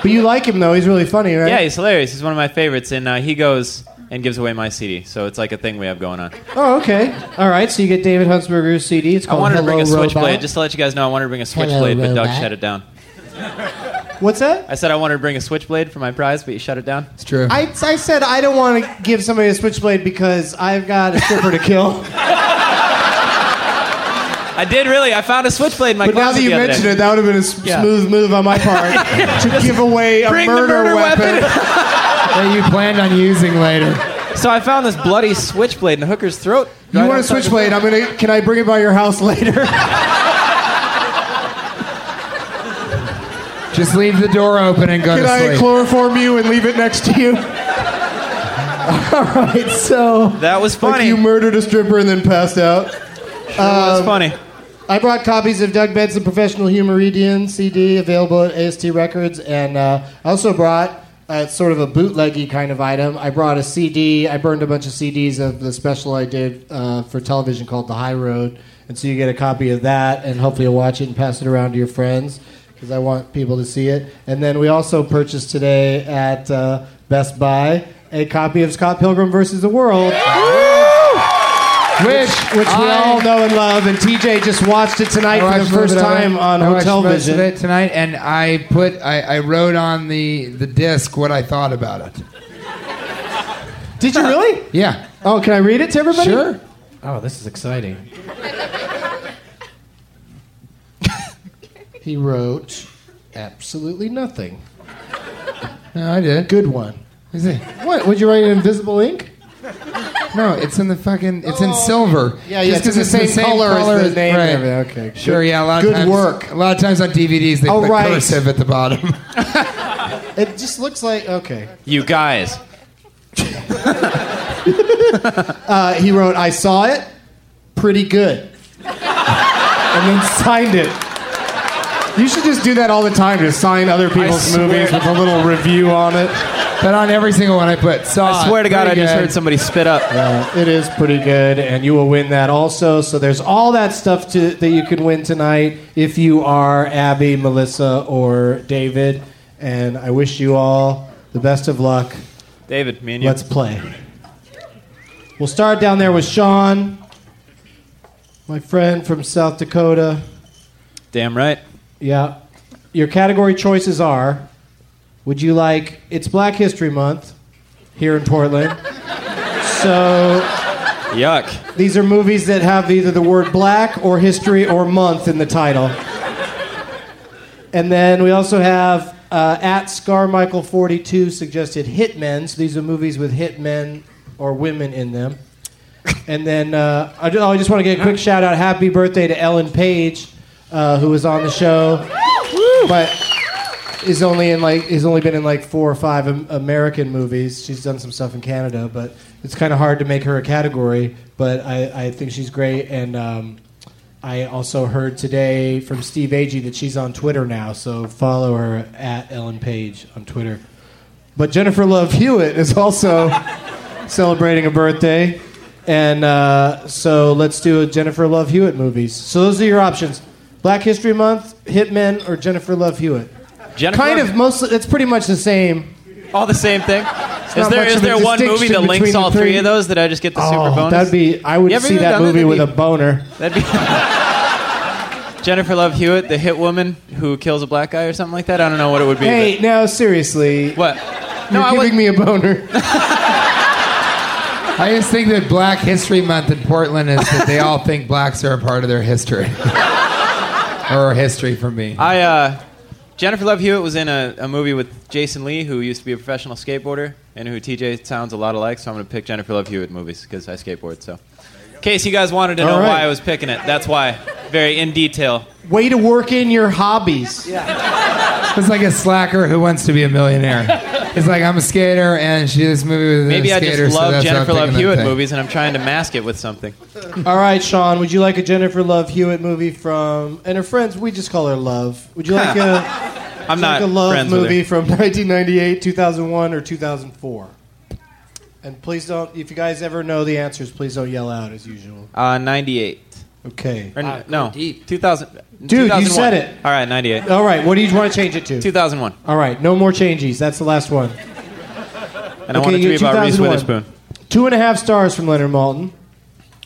But you like him though; he's really funny, right?
Yeah, he's hilarious. He's one of my favorites, and uh, he goes and gives away my CD. So it's like a thing we have going on.
Oh, okay. All right. So you get David Huntsberger's CD. It's
I
called
wanted to
Hello
bring a
Robot.
switchblade. Just to let you guys know, I wanted to bring a switchblade, but Doug shut it down.
What's that?
I said I wanted to bring a switchblade for my prize, but you shut it down.
It's true.
I, I said I don't want to give somebody a switchblade because I've got a stripper to kill.
I did really. I found a switchblade in my
But now
closet
that you
the other
mention
day.
it, that would have been a s-
Yeah.
smooth move on my part to give away a
Bring the
murder,
murder
weapon.
that you planned on using later.
So I found this bloody switchblade in a hooker's throat.
Oh,
You
right
want a
outside the
switchblade? I'm gonna. Can I bring it by your house later?
Just leave the door open and go
Can
to
I
sleep.
chloroform you and leave it next to you? All right. So
That was
like
funny.
you murdered a stripper and then passed out.
That's funny.
I brought copies of Doug Benson Professional Humoridian CD available at AST Records, and uh, I also brought uh, sort of a bootleggy kind of item. I brought a CD. I burned a bunch of CDs of the special I did uh, for television called The High Road, and so you get a copy of that, and hopefully you'll watch it and pass it around to your friends because I want people to see it. And then we also purchased today at uh, Best Buy a copy of Scott Pilgrim versus the World
Which,
which we
I-
all know and love. And TJ just watched it tonight
I
for
watched
the
a little
first
bit of it.
time on
I watched
Hotel
most of
Vision.
it tonight, and I put I, I wrote on the the disc what I thought about it.
Did you really?
Yeah,
Oh, can I read it to everybody?
sure.
Oh, this is exciting. he wrote absolutely nothing.
No, I did.
Good one.
Is it?
What? Would you write in invisible ink?
No, it's in the fucking. It's in silver.
Oh, Yeah, yeah,
Just
it's
'cause
the
it's
same color as the name and
right.
everything. Okay,
Sure.
good-
Yeah. A lot
good
of times,
work.
A lot of times on DVDs they
Oh,
put
right.
cursive at the bottom.
It just looks like okay.
You guys.
Uh, he wrote, "I saw it, pretty good," and then signed it. You should just do that all the time. Just sign other people's movies with a little review on it.
but on every single one I put. Saw
I swear to God, I
Pretty
just
good.
heard somebody spit up.
Uh, it is pretty good, and you will win that also. So there's all that stuff to, that you can win tonight if you are Abby, Melissa, or David. And I wish you all the best of luck.
David, me and you.
Let's play. We'll start down there with Sean, my friend from South Dakota.
Damn right.
Yeah. Your category choices are would you like it's Black History Month here in Portland. so
Yuck.
these are movies that have either the word black or history or month in the title. And then we also have uh, at ScarMichael42 suggested hitmen. So these are movies with hitmen or women in them. And then uh, I, just, I just want to get a quick shout out. Happy birthday to Ellen Page, uh, who was on the show, but is only in like has only been in like four or five Am- American movies. She's done some stuff in Canada, but it's kind of hard to make her a category. But I, I think she's great, and um, I also heard today from Steve Agee that she's on Twitter now. So follow her at Ellen Page on Twitter. But Jennifer Love Hewitt is also celebrating a birthday. And uh, so let's do a Jennifer Love Hewitt movies. So those are your options Black History Month, Hitmen, or Jennifer Love Hewitt.
Jennifer?
Kind of mostly, it's pretty much the same.
All the same thing. Is
not
there
much
is
of a
there one movie
distinction
that links
between the
all three
three.
of those that I just get the super
Oh,
bonus?
that'd be, I would
You ever
see
even
that
done
movie with a
That'd
boner.
be- That'd be Jennifer Love Hewitt, the hit woman who kills a black guy or something like that. I don't know what it would be.
Hey, no, seriously.
What?
You're
I
giving me a boner.
I just think that Black History Month in Portland is that they all think blacks are a part of their history. or history for me.
but I uh, Jennifer Love Hewitt was in a, a movie with Jason Lee, who used to be a professional skateboarder and who TJ sounds a lot alike. So I'm going to pick Jennifer Love Hewitt movies because I skateboard. So, in case you guys wanted to
All
know
right.
why I was picking it, that's why. Very in detail.
Way to work in your hobbies.
It's like a slacker who wants to be a millionaire. It's like I'm a skater and she did this movie with
Maybe
a
I
skater.
just
so
love
that's how I'm
Jennifer Love
picking that
Hewitt
thing.
movies, and I'm trying to mask it with something.
All right, Sean, would you like a Jennifer Love Hewitt movie from, and her friends, we just call her Love. Would you like a,
I'm
would you like
not
a Love
friends with her.
movie from 1998, 2001, or 2004? And please don't, if you guys ever know the answers, please don't yell out as usual.
Uh, 98.
Okay.
Or, no, 2000.
Dude, you
2001.
said it.
All right, 98.
All right, what do you want to change it to?
2001.
All right, no more changes. That's the last one.
And I want it to
you-
be about Reese
2001.
Witherspoon.
Two and a half stars from Leonard Malton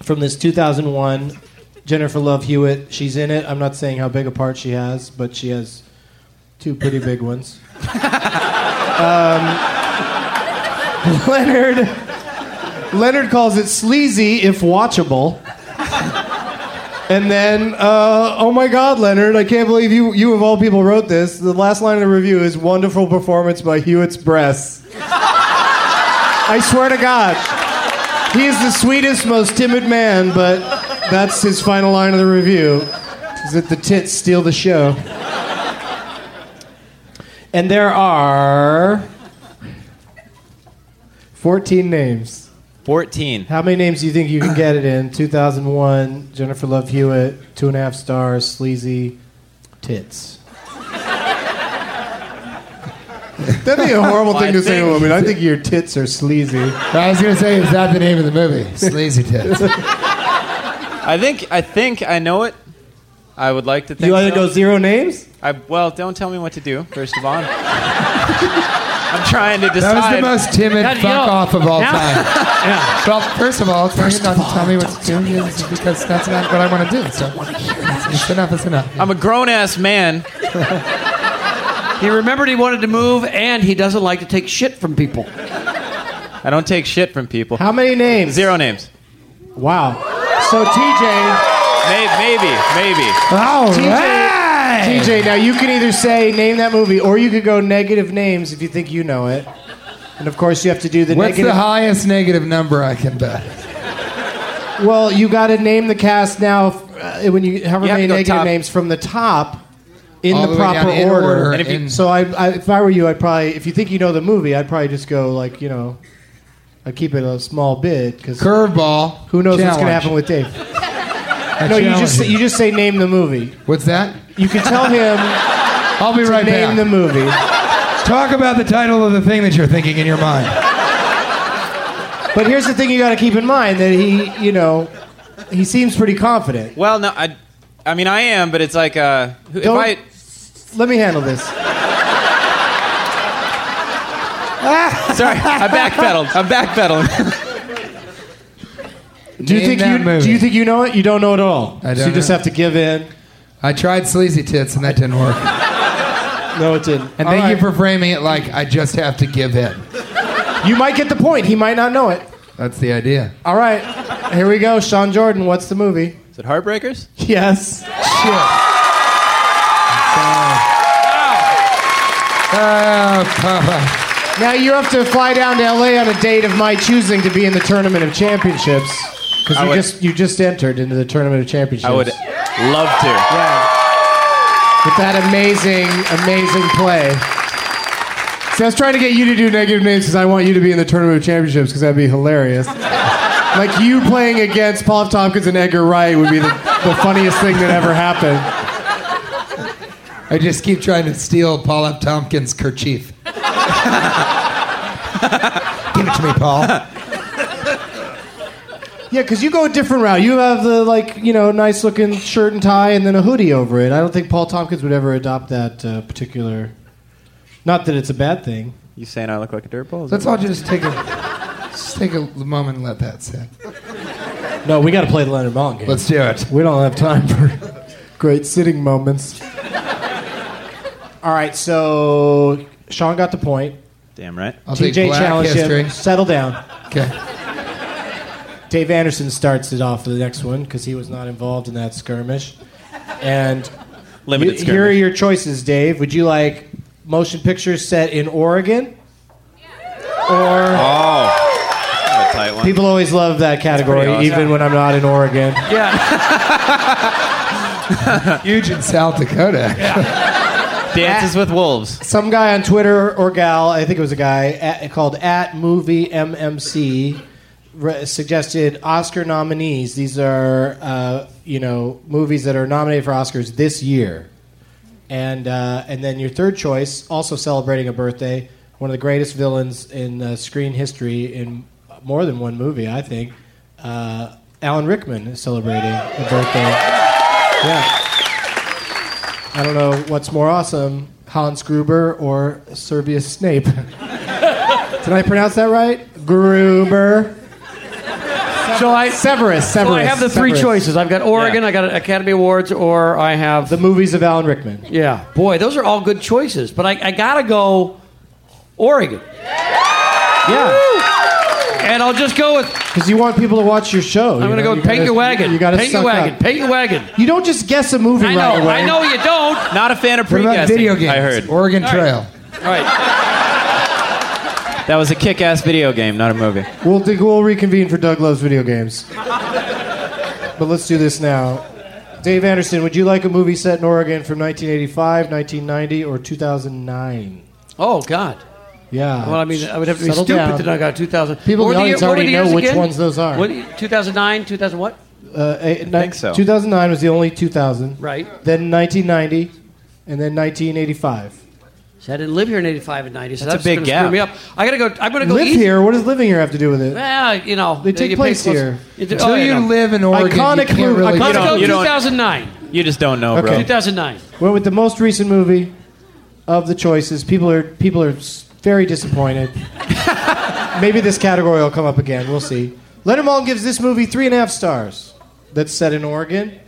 from this 2001 Jennifer Love Hewitt. She's in it. I'm not saying how big a part she has, but she has two pretty big ones. um, Leonard Leonard calls it sleazy if watchable. And then, uh, oh my God, Leonard, I can't believe you, you of all people wrote this. The last line of the review is wonderful performance by Hewitt's breasts. I swear to God. He is the sweetest, most timid man, but that's his final line of the review. Is that the tits steal the show. And there are 14 names.
14.
How many names do you think you can get it in? 2001, Jennifer Love Hewitt, two and a half stars, sleazy, tits. That'd be a horrible
Well, I
thing to say to a
think-
woman. I think your tits are sleazy.
I was going to say, is that the name of the movie? Sleazy Tits.
I think I think I know it. I would like to think
You want to
so.
go zero names?
I, well, don't tell me what to do, first of all. I'm trying to decide.
That was the most timid
God,
fuck
you know,
off of all
now-
time. Well, first of all, first you not to tell me what to do is because that's not what I want to do. So it's enough. It's enough.
I'm a grown ass man.
He remembered he wanted to move, and he doesn't like to take shit from people.
I don't take shit from people.
How many names?
Zero names.
Wow. So TJ,
Maybe, maybe, maybe.
All
TJ,
right.
TJ. Now you can either say name that movie, or you could go negative names if you think you know it. And of course, you have to do the
What's the
negative.
highest negative number I can bet?
well, you got to name the cast now. Uh, when you however
You have
many
to go
negative
top.
names from the top. In
All
the
the way down
proper
in
order.
order, And if you- in-
so I, I, if I were you, I'd probably, if you think you know the movie, I'd probably just go like, you know, I'd keep it a small bid because
Curveball.
who knows what's going to
Challenge.
happen with Dave.
I
No, you
challenge
just you just say name the movie.
What's that?
You can tell him
I'll be
to
right
name
back.
the movie.
Talk about the title of the thing that you're thinking in your mind.
But here's the thing you got to keep in mind that he, you know, he seems pretty confident.
Well, no, I, I mean, I am, but it's like, uh, who- if
Don't-
I,
Let me handle this.
sorry, I backpedaled. I'm backpedaling.
Do you
Name
think
that
you
movie.
do you think you know it? You don't know it at all.
I
so
don't
you just
know.
have to give in.
I tried sleazy tits and that didn't work.
No, it didn't.
And
All
thank
right.
you for framing it like I just have to give in.
You might get the point. He might not know it.
That's the idea.
All right, here we go. Sean Jordan, what's the movie?
Is it Heartbreakers?
Yes. Shit.
Uh,
Now you have to fly down to LA on a date of my choosing to be in the tournament of championships because
I
you
would-
just you just entered into the tournament of championships.
I would love to.
with that amazing, amazing play. See, I was trying to get you to do negative names because I want you to be in the tournament of championships because that'd be hilarious. like you playing against Paul F. Tompkins and Edgar Wright would be the, the funniest thing that ever happened.
I just keep trying to steal Paul F. Tompkins' kerchief. Give it to me, Paul.
Yeah, because you go a different route. You have the like you know nice looking shirt and tie, and then a hoodie over it. I don't think Paul Tompkins would ever adopt that uh, particular. Not that it's a bad thing.
You saying I look like a dirtball?
Let's all just take a just take a moment and let that sit.
No, we got to play the Leonard Maltin game.
Let's do it.
We don't have time for great sitting moments. All right, so Sean got the point.
Damn right.
I'll take
TJ
Black
challenged
history.
him. Settle down.
Okay.
Dave Anderson starts it off for the next one because he was not involved in that skirmish. And
Limited
you- here are
skirmish.
your choices, Dave. Would you like motion pictures set in Oregon? Or
Oh. That's a tight one.
people always love that category,
pretty awesome.
even when I'm not in Oregon.
Huge in South Dakota.
Dances with Wolves.
some guy on Twitter or gal, I think it was a guy, at, called at movie MMC, re- suggested Oscar nominees. These are uh, you know movies that are nominated for Oscars this year, and uh, and then your third choice, also celebrating a birthday, one of the greatest villains in uh, screen history in more than one movie, I think. Uh, Alan Rickman is celebrating a birthday. Yeah. I don't know what's more awesome, Hans Gruber or Servius Snape. Did I pronounce that right? Gruber.
So I, so
Severus. Severus.
I have the three
Severus.
choices. I've got Oregon, I got Academy Awards, or I have
The movies of Alan Rickman.
Yeah, boy, those are all good choices. But I, I gotta go Oregon. Yeah. And I'll just go with
Because you want people to watch your show.
I'm gonna go with Paint Your Wagon.
You gotta
Paint
suck
Your Wagon.
up.
Paint Your Wagon.
You don't just guess a movie
I
right
know,
away.
I know you don't.
Not a fan of
What
pre
about video games?
I heard.
Oregon Trail.
All right.
That was a kick ass video game, not a movie.
We'll, dig- we'll reconvene for Doug Loves Video Games. but let's do this now. Dave Anderson, would you like a movie set in Oregon from 1985, 1990, or 2009?
Oh God.
Yeah.
Well, I mean, I would have to be
Settle
stupid
down.
to not got 2000.
People in
What were
the audience
year- what were
already
years
know which
again?
ones those are.
What, 2009, 2000 what?
Uh, I
think so.
2009 was the only 2000.
Right.
Then 1990, and then 1985.
See, I didn't live here in 85 and 90, so
That's a
that's,
big
gonna
gap.
Screw me up. I gotta go. I'm gonna go
Live
easy.
here? What does living here have to do with it?
Well, you know,
They take
you pay
place
close-
here.
You do-
Until
oh, yeah,
you
no.
live in Oregon,
Iconic
you
movie.
can't really.
Let's
You
go
don't- you don't-
2009.
You just don't know,
Okay.
2009.
Went with the most recent movie of the choices. People are people are s- very disappointed. Maybe this category will come up again. We'll see. Leonard Maltin gives this movie three and a half stars. That's set in Oregon.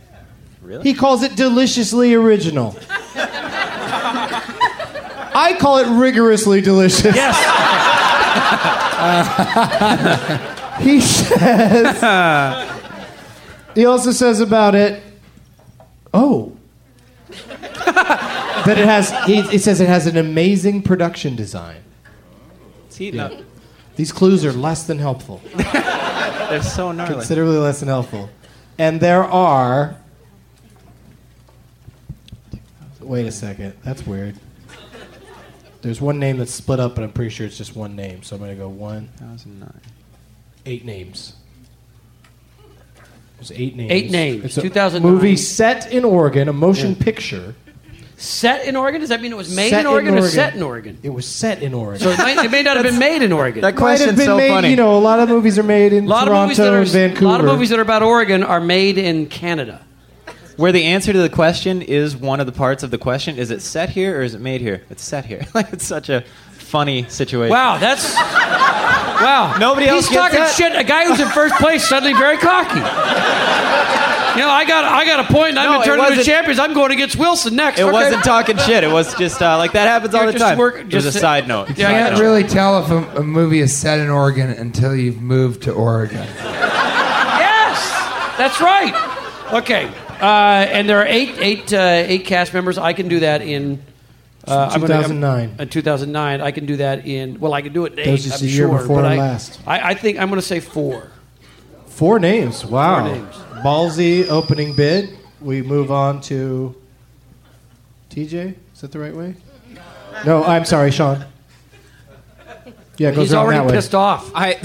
Really? He calls it deliciously original. I call it rigorously delicious.
Yes.
He says. he also says about it. Oh. that it has. He, he says it has an amazing production design. Yeah. These clues are less than helpful.
They're so gnarly.
Considerably less than helpful. And there are. Wait a second. That's weird. There's one name that's split up, but I'm pretty sure it's just one name. So I'm going to go one, eight names. There's eight names.
Eight names.
It's a
2009.
movie set in Oregon, a motion picture.
set in Oregon? Does that mean it was made
set
in Oregon, or set in Oregon?
It was set in Oregon.
So it, might, it may not have been made in Oregon.
That
A
might have
question's
been
so
made.
funny.
You know, a lot of movies are made in
lot of movies that
Toronto
are
and Vancouver.
a lot of movies that are about Oregon are made in Canada.
Where the answer to the question is one of the parts of the question. Is it set here or is it made here? It's set here. Like it's such a funny situation.
Wow, that's wow.
Nobody
He's
else gets
talking
that?
shit. A guy who's in first place suddenly very cocky. You know, I got I got a point. I'm
No,
in
it
tournament of
wasn't-
champions. I'm going against Wilson next.
It
Okay.
wasn't talking shit. It was just uh, like that happens all
You're
the
just
time.
work-
it was a
just-
side note.
You can't really tell if a, a movie is set in Oregon until you've moved to Oregon.
Yes, that's right. Okay, uh, and there are eight, eight, uh, eight cast members. I can do that in. Uh, I'm gonna- I'm-
2009.
in 2009, I can do that in. Well, I can do it in
That was
eight.
just
I'm
the year
sure,
before
but I,
last.
I, I think I'm going to say four.
Four names. Wow.
Four names.
Ballsy opening bid. We move on to TJ. Is that the right way? No, I'm sorry, Sean. Yeah, it goes
He's
around
already
that way.
pissed off.
I,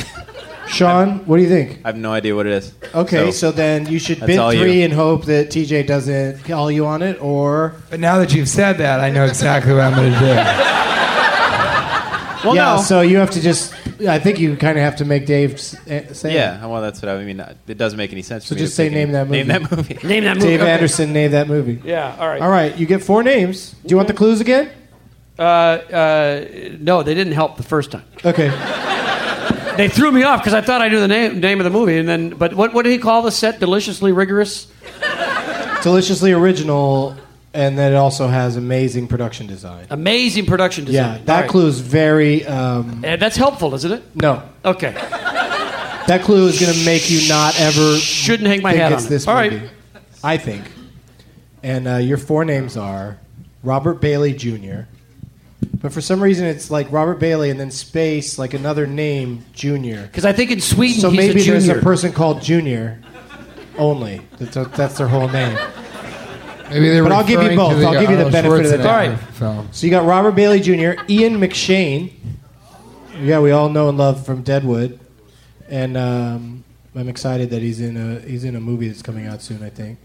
Sean, what do you think?
I have no idea what it is.
Okay, so, then you should
that's
bid
all you.
three and hope that TJ doesn't call you on it, or
But now that you've said that, I know exactly what I'm going to do.
Well,
yeah.
no.
So you have to just. I think you kind of have to make Dave s- eh, say. it.
yeah, well, that's what I mean. It doesn't make any sense.
So
for me to
just say
pick any-
name that movie.
Name that movie.
Name that movie.
Dave
Okay.
Anderson name that movie.
Yeah. All right.
All right, you get four names. Do you want the clues again?
Uh, uh, no, they didn't help the first time.
Okay.
They threw me off because I thought I knew the name name of the movie, and then. But what what did he call the set? Deliciously rigorous.
Deliciously original, and then it also has amazing production design.
Amazing production
Yeah,
design.
that
All right.
clue is very. Um,
And that's helpful, isn't it?
no,
Okay.
that clue is going to make you not ever.
Shouldn't hang my
think
hat
it's
on it.
this
All right.
movie. I think. And uh, your four names are Robert Bailey Jr. But for some reason, it's like Robert Bailey and then space, like another name, Jr.
Because I think in Sweden,
So
he's
maybe
a junior.
there's a person called Junior only. That's, that's their whole name.
Maybe they're
But I'll give you
referring
both.
To the
I'll give you the
Arnold
benefit of the
Schwarzenegger
doubt.
Film.
So you got Robert Bailey Jr., Ian McShane. Yeah, we all know and love from Deadwood, and um, I'm excited that he's in a he's in a movie that's coming out soon. I think.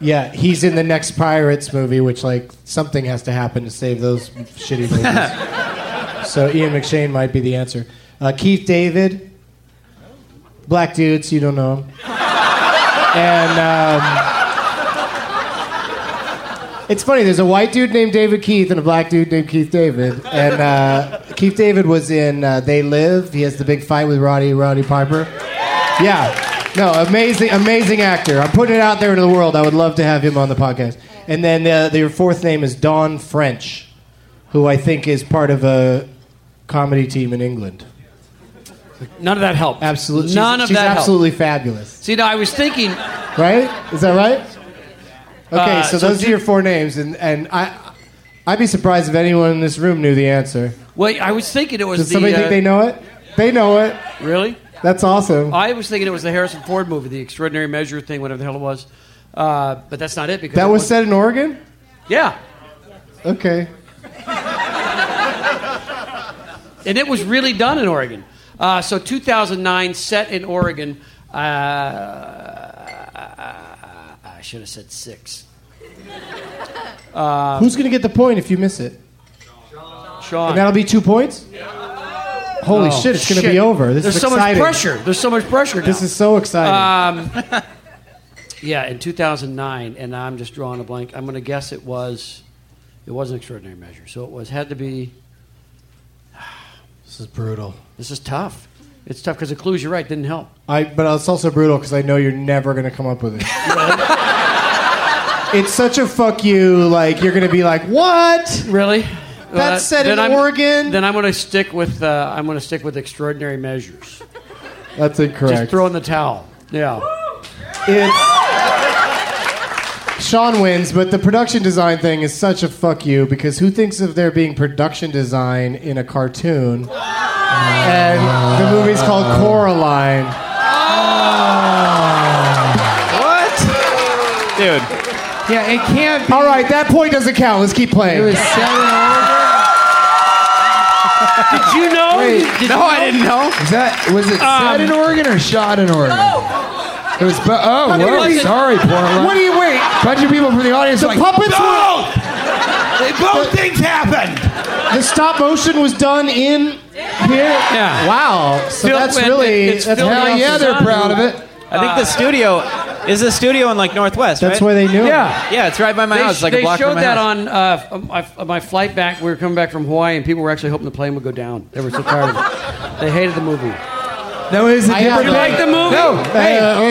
Yeah, he's in the next Pirates movie, which like something has to happen to save those shitty movies. so Ian McShane might be the answer. Uh, Keith David, black dudes, you don't know him, and. Um, it's funny. There's a white dude named David Keith and a black dude named Keith David. And uh, Keith David was in uh, They Live. He has the big fight with Roddy Roddy Piper. Yeah. No, amazing, amazing actor. I'm putting it out there into the world. I would love to have him on the podcast. And then uh, their fourth name is Don French, who I think is part of a comedy team in England.
None of that helped.
Absolutely, she's-
None of
she's
that helped.
absolutely fabulous.
See, now I was thinking.
Right? Is that right? Okay,
Uh,
so,
so
those
do-
are your four names, and, and I, I'd be surprised if anyone in this room knew the answer.
Well, I was thinking it was
Does
the.
somebody think
uh,
they know it? They know it.
Really?
That's awesome.
I was thinking it was the Harrison Ford movie, The Extraordinary Measure thing, whatever the hell it was. Uh, but that's not it because
that
it
was
was-
set in Oregon.
Yeah,
Okay.
and it was really done in Oregon. Uh, so 2009, set in Oregon. Uh, I should have said six. Uh,
Who's gonna get the point if you miss it?
Sean,
And that'll be two points. Holy
Oh,
shit! It's gonna be over. This
There's
is
so
exciting.
much pressure. Uh, There's so much pressure. Now.
This is so exciting.
Yeah, in 2009, and I'm just drawing a blank. I'm going to guess it was, it was an extraordinary measure. So it was had to be.
this is brutal.
This is tough. It's tough because the clues. You're right. Didn't help.
I, but it's also brutal because I know you're never gonna come up with it. it's such a fuck you. Like you're gonna be like, what?
Really?
That's set in
I'm,
Oregon?
Then I'm going to stick with. Uh, I'm going to stick with extraordinary measures.
That's incorrect.
Just throw in the towel. Yeah.
It's Sean wins, but the production design thing is such a fuck you because who thinks of there being production design in a cartoon? And the movie's called Coraline.
What? Dude.
Yeah, it can't be.
All right, that point doesn't count. Let's keep
It was
playing.
set in Oregon.
Did you know?
Wait.
Did
No,
you
I
know?
didn't know.
Is that was it set in Oregon or shot in Oregon? It was. bu- Oh,
mean,
whoa,
like-
sorry, Portland.
What do you wait?
Bunch of people from the audience
The
are like,
puppets were,
Both things happened.
the stop motion was done in here.
Yeah.
Wow. So
Film-
that's
and
really
it's
that's
filmed
hell
off
yeah.
the
They're
sun.
proud of it.
I think
Uh,
the studio is the studio in like Northwest,
That's
right?
where they knew.
Yeah.
Yeah, it's right by my
They,
house, like
they
a block
showed
from my
that
house.
on uh, on my, on my flight back. We were coming back from Hawaii, and people were actually hoping the plane would go down. They were so tired of it. They hated the movie.
No, it was a
I got it.
different thing.
You like the movie?
No,
Uh,
hey,
uh,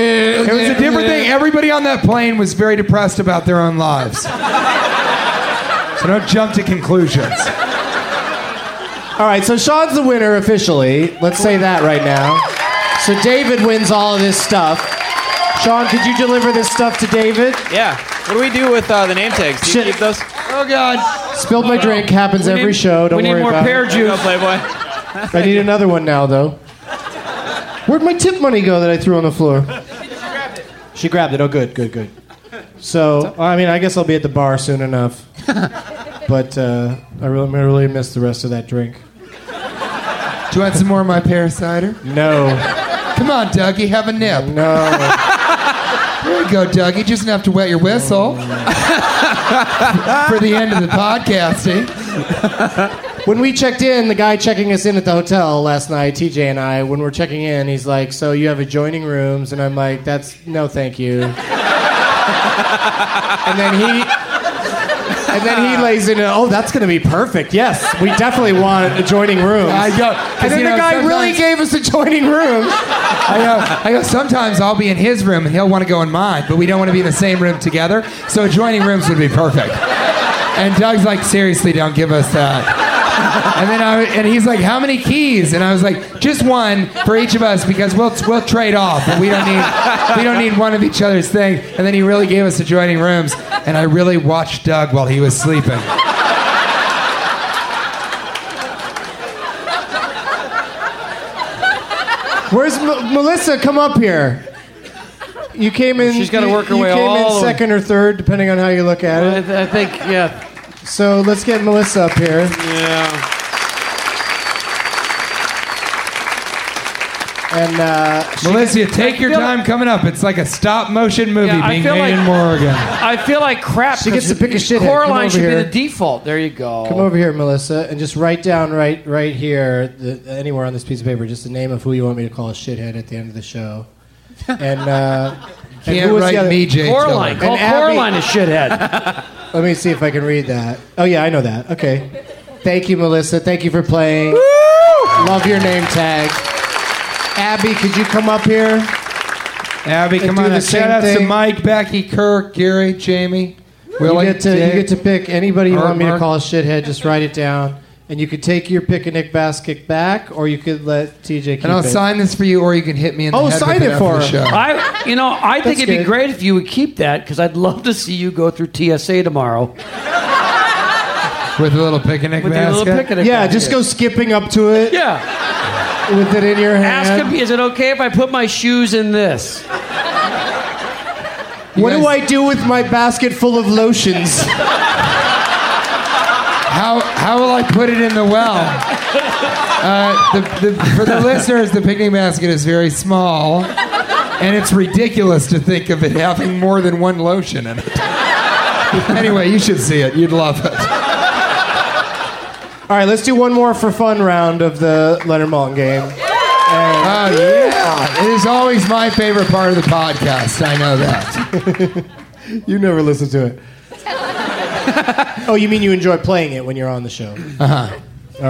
it was a different thing. Everybody on that plane was very depressed about their own lives. so don't jump to conclusions.
All right, so Sean's the winner officially. Let's say that right now. So David wins all of this stuff. Sean, could you deliver this stuff to David?
Yeah. What do we do with uh, the name tags? Do you keep those? Oh God!
Spilled my drink happens
We need-
every show. Don't
we need
worry
more
about
pear
it.
juice. There you go, Playboy.
I need another one now, though. Where'd my tip money go that I threw on the floor? She grabbed it. Oh, good, good, good. So, I mean, I guess I'll be at the bar soon enough. but uh, I really, I really miss the rest of that drink.
Do you want some more of my pear cider?
No.
Come on, Dougie, have a nip.
No.
There you go, Dougie. Just enough to wet your whistle for the end of the podcast.
When we checked in, the guy checking us in at the hotel last night, TJ and I, when we're checking in, he's like, "So you have adjoining rooms?" And I'm like, "That's no, thank you." and then he, and then he lays into, "Oh, that's going to be perfect. Yes, we definitely want adjoining rooms."
I go,
And then the guy really gave us adjoining rooms.
I go, I go, sometimes I'll be in his room and he'll want to go in mine, but we don't want to be in the same room together, so adjoining rooms would be perfect. And Doug's like, seriously, don't give us that. And then I, and he's like, how many keys? And I was like, just one for each of us because we'll we'll trade off, but we don't need we don't need one of each other's thing. And then he really gave us adjoining rooms, and I really watched Doug while he was sleeping.
Where's M- Melissa? Come up here. You came in.
She's gotta
you-
work her
you
way
came
all the
in
way-
second or third, depending on how you look at
I,
it.
th- I think, yeah.
So let's get Melissa up here.
Yeah.
And uh, she-
Melissa, take your
feel-
time coming up. It's like a stop motion movie
Yeah, I
being
feel
made
like-
in Oregon.
I feel like crap.
She gets
'cause
to pick a shithead. Come
Coraline
over
should
here.
be the default. There you go.
Come over here, Melissa, and just write down right right here, the, anywhere on this piece of paper, just the name of who you want me to call a shithead at the end of the show. And, uh, and
Can't
who was the
write
other-
me, Jay.
Coraline.
Tiller.
Call
And Abby-
Coraline a shithead.
Let me see if I can read that. Oh yeah, I know that. Okay. Thank you, Melissa. Thank you for playing. Love your name tag. Abby, could you come up here?
Abby,
And
come
do
on.
the
up.
same
Shout out to
thing.
Mike, Becky, Kirk, Gary, Jamie. Willie,
you get to
Dick.
you get to pick anybody you
Hard
want me to
mark.
call a shithead. Just write it down, and you could take your pick and Nick basket back, or you could let TJ keep
and I'll
it.
sign this for you, or you can hit me in the
Oh,
head
sign
with
it for
after the
him.
show.
I, you know, I think
That's
it'd
good.
be great if you would keep that because I'd love to see you go through TSA tomorrow
with a little picnic
with your
basket.
little picnic.
Yeah,
basket.
just go skipping up to it
Yeah.
with it in your hand.
Ask him, is it okay if I put my shoes in this?
You
What do
guys-
I do with my basket full of lotions?
How how will I put it in the well? Uh, the, the, for the listeners, the picnic basket is very small, and it's ridiculous to think of it having more than one lotion in it. anyway, you should see it. You'd love it.
All right, let's do one more for fun round of the Leonard Maltin game.
Oh yeah, it is always my favorite part of the podcast. I know that.
You never listen to it. oh, you mean you enjoy playing it when you're on the show?
Uh
Uh-huh.
huh.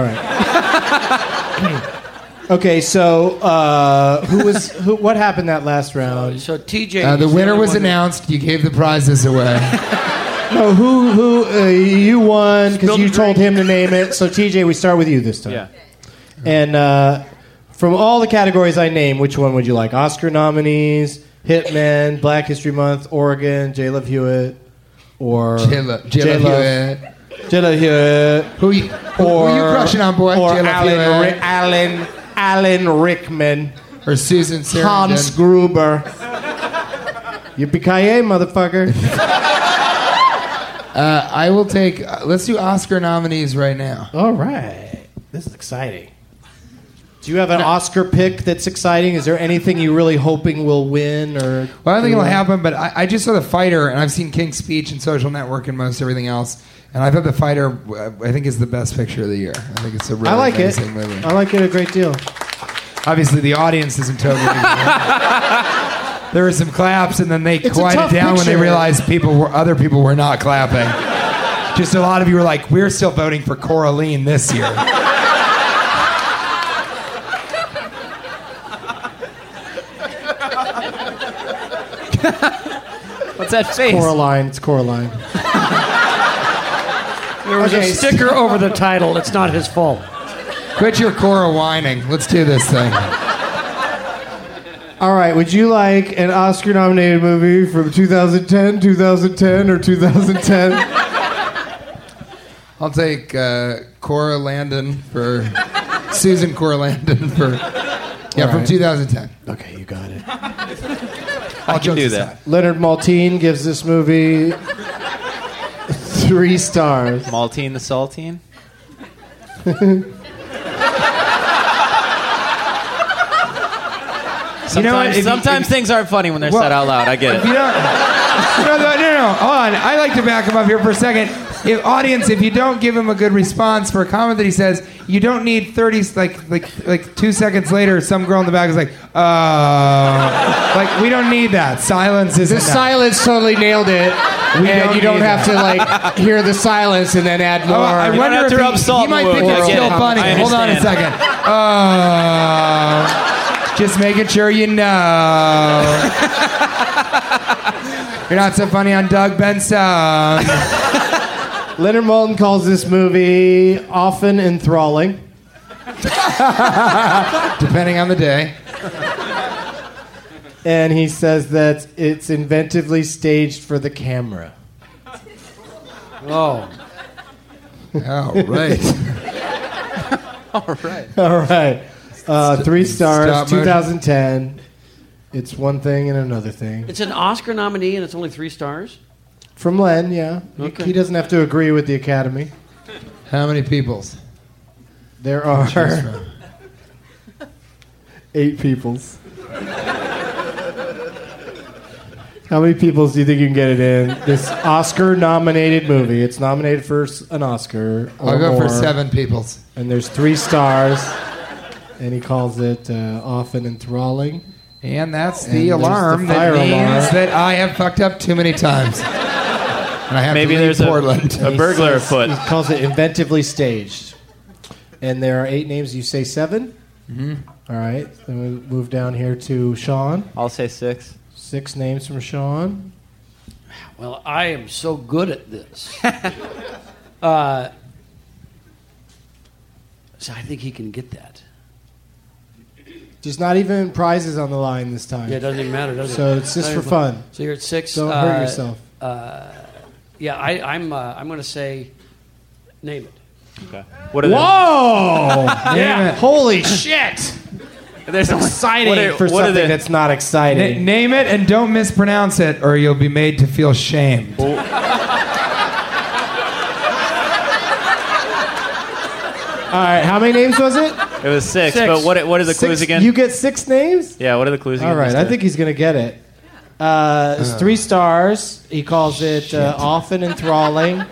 All right. okay, so uh, who was who? What happened that last round?
So TJ.
Uh, the
is
winner
only
was
one that-
announced. You gave the prizes away.
No, who who uh, you won because
Spilled
you
the
told
drink.
him to name it. So TJ, we start with you this time. Yeah. And uh, from all the categories I name, which one would you like? Oscar nominees, Hitman, Black History Month, Oregon, J. Love Hewitt, or
Jayla, Jayla
J-Lo-
Hewitt.
J. Love Hewitt.
Who you, who,
Or
who you crushing on, boy?
Or
Jayla
Alan,
Hewitt.
Ri- Alan, Alan Rickman.
or Susan Sarandon.
Hans Gruber. Yippee-ki-yay, motherfucker.
Uh, I will take. Uh, let's do Oscar nominees right now.
All right. This is exciting. Do you have an Oscar pick that's exciting? Is there anything you're really hoping will win or
Well, I don't think it'll happen, but I, I just saw The Fighter, and I've seen King's Speech and Social Network and most everything else. And I thought The Fighter, uh, I think, is the best picture of the year. I think it's a really
I like it.
amazing movie.
I like it a great deal.
Obviously, the audience isn't totally. there were some claps, and then they
It's a
quieted
tough
down when they
picture.
realized people were other people were not clapping. Just a lot of you were like, "We're still voting for Coraline this year."
What's that face?
Coraline. It's Coraline.
There was
Okay,
a sticker over the title. It's not his fault.
Quit your Cora whining. Let's do this thing.
All right, would you like an Oscar nominated movie from 2010, 2010, or 2010?
I'll take uh, Cora Landon for Susan Cora Landon for yeah
All
from
right.
2010.
Okay, you got it.
I'll
can do that.
Leonard Maltin gives this movie three stars.
Maltine the Saltine? Sometimes,
You know what, if you-
sometimes things aren't funny when they're
Well,
said out loud. I get
If you
it.
don't, no, no, no, no, hold on. I like to back him up here for a second. If audience, if you don't give him a good response for a comment that he says, you don't need thirty like like like two seconds later, some girl in the back is like, uh, like we don't need that. Silence is
The silence totally nailed it.
We
and
don't
you don't
need
have to
that. Oh,
like hear the silence and then add more.
I wonder if he, he might think it's still funny. Hold on a second. Uh, just making sure you know. You're not so funny on Doug Benson.
Leonard Maltin calls this movie often enthralling.
Depending on the day.
And he says that it's inventively staged for the camera.
Oh.
All right.
All right.
All right. Uh, three stars,
Stop motion.
2010. It's one thing and another thing.
It's an Oscar nominee and it's only three stars.
From Len, yeah. He-
Okay.
He doesn't have to agree with the Academy.
How many peoples?
There
Choose from.
are eight peoples. How many peoples do you think you can get it in? This Oscar nominated movie. It's nominated for s- an Oscar. or
I'll go for
more.
seven peoples.
And there's three stars. And he calls it uh, often enthralling.
And that's
And
the
there's
alarm
the
that
fire
means
alarm.
that I have fucked up too many times. And I have
Maybe
to leave
there's a-
Portland.
a burglar afoot.
He calls it inventively staged. And there are eight names. You say 7
Mm-hmm.
Mhm.
All right. Then we move down here to Sean.
I'll say six.
Six names from Sean.
Well, I am so good at this. uh, so I think he can get that.
Just not even prizes on the line this time.
Yeah, it doesn't even matter, does it?
So it's just
Not
for
even
fun.
So you're at six.
Don't
uh,
hurt yourself.
Uh, yeah, I, I'm. Uh, I'm going to say, name it.
Okay.
What
are the-
Whoa!
Damn
yeah.
it.
Holy shit!
There's
exciting
What are-
for
what are
something
the-
that's not exciting.
Na- name it and don't mispronounce it, or you'll be made to feel shame.
All right. How many names was it?
It was six, but what, what are the
Six-
clues again?
You get six names.
yeah, what are the clues again?
All right. I
Mr.
think he's gonna get it. Uh, it's three stars. He calls it uh, often enthralling,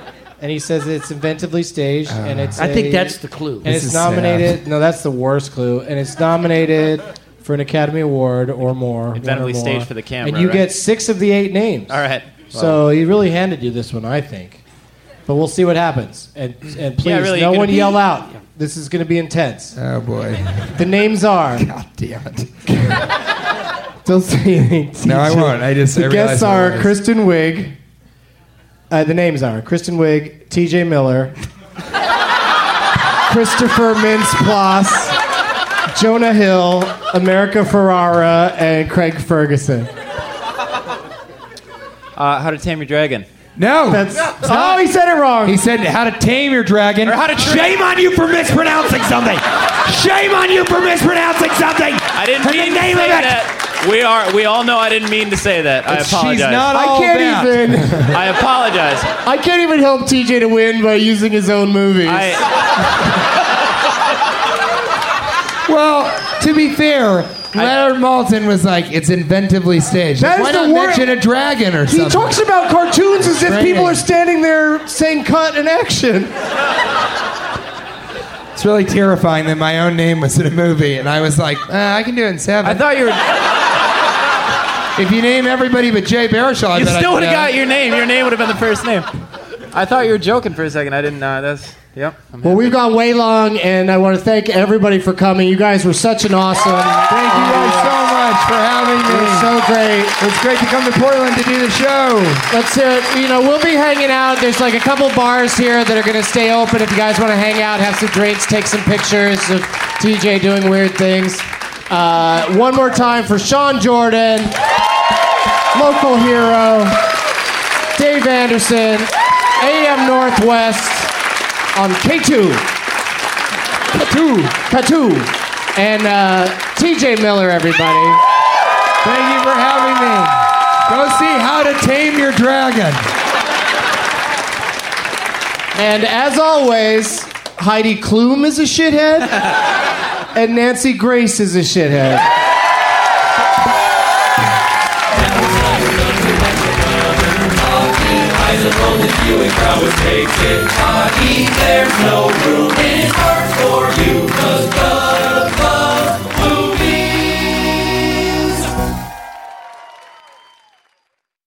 and he says it's inventively staged, and it's.
I think
a-
that's the clue.
And
This
it's
is sad.
nominated. No, that's the worst clue. And it's nominated for an Academy Award or more. one or
Inventively staged
more.
for the camera,
And you
right?
get six of the eight names.
All right.
So he really handed you this one, I think. But we'll see what happens. And and please,
Yeah, really,
no
you're
one
gonna be-
yell out. This is going to be intense.
Oh boy.
The names are.
God damn it.
Don't say anything.
No, I
teacher.
won't. I just-
the
I
guests
realized what it
are
was.
Kristen Wiig. Uh, the names are Kristen Wiig, T.J. Miller, Christopher Mintz-Plasse, Jonah Hill, America Ferrara, and Craig Ferguson.
Uh, how to Tame Your Dragon.
No.
That's oh, he said it wrong.
He said how to tame your dragon.
Or how to tra-
Shame on you for mispronouncing something. Shame on you for mispronouncing something.
I didn't
In
mean
the name
to say
of it.
that. We are. We all know I didn't mean to say that. I
She's
apologize.
not all
I can't
that.
even.
I apologize.
I can't even help T.J. to win by using his own movies.
I,
Well, to be fair, Leonard Maltin was like, it's inventively staged.
That
Why
is the
not
wor-
mention a dragon or
he
something?
talks about cartoons as if
Training.
people are standing there saying "cut" and action.
It's really terrifying that my own name was in a movie, and I was like, uh, I can do it in seven.
I thought you were.
if you name everybody but Jay Baruchel, I
You
bet I
still
could
would have
have
got your name. Your name would have been the first name. I thought you were joking for a second. I didn't. Uh, that's. Yep. I'm
Well, we've gone way long, and I want to thank everybody for coming. You guys were such an awesome.
Thank you guys so much. much for having me. It was so great. It's great to come to Portland to do the show.
Let's hear it. You know, we'll be hanging out. There's like a couple bars here that are going to stay open if you guys want to hang out, have some drinks, take some pictures of TJ doing weird things. Uh, one more time for Sean Jordan, local hero, Dave Anderson, AM Northwest on K2. K2. K2. And uh, TJ Miller, everybody.
Thank you for having me. Go see How to Tame Your Dragon.
And as always, Heidi Klum is a shithead, and Nancy Grace is a shithead.
Eyes of only viewing crowd would take it. Body, there's no room in his heart for you. 'Cause the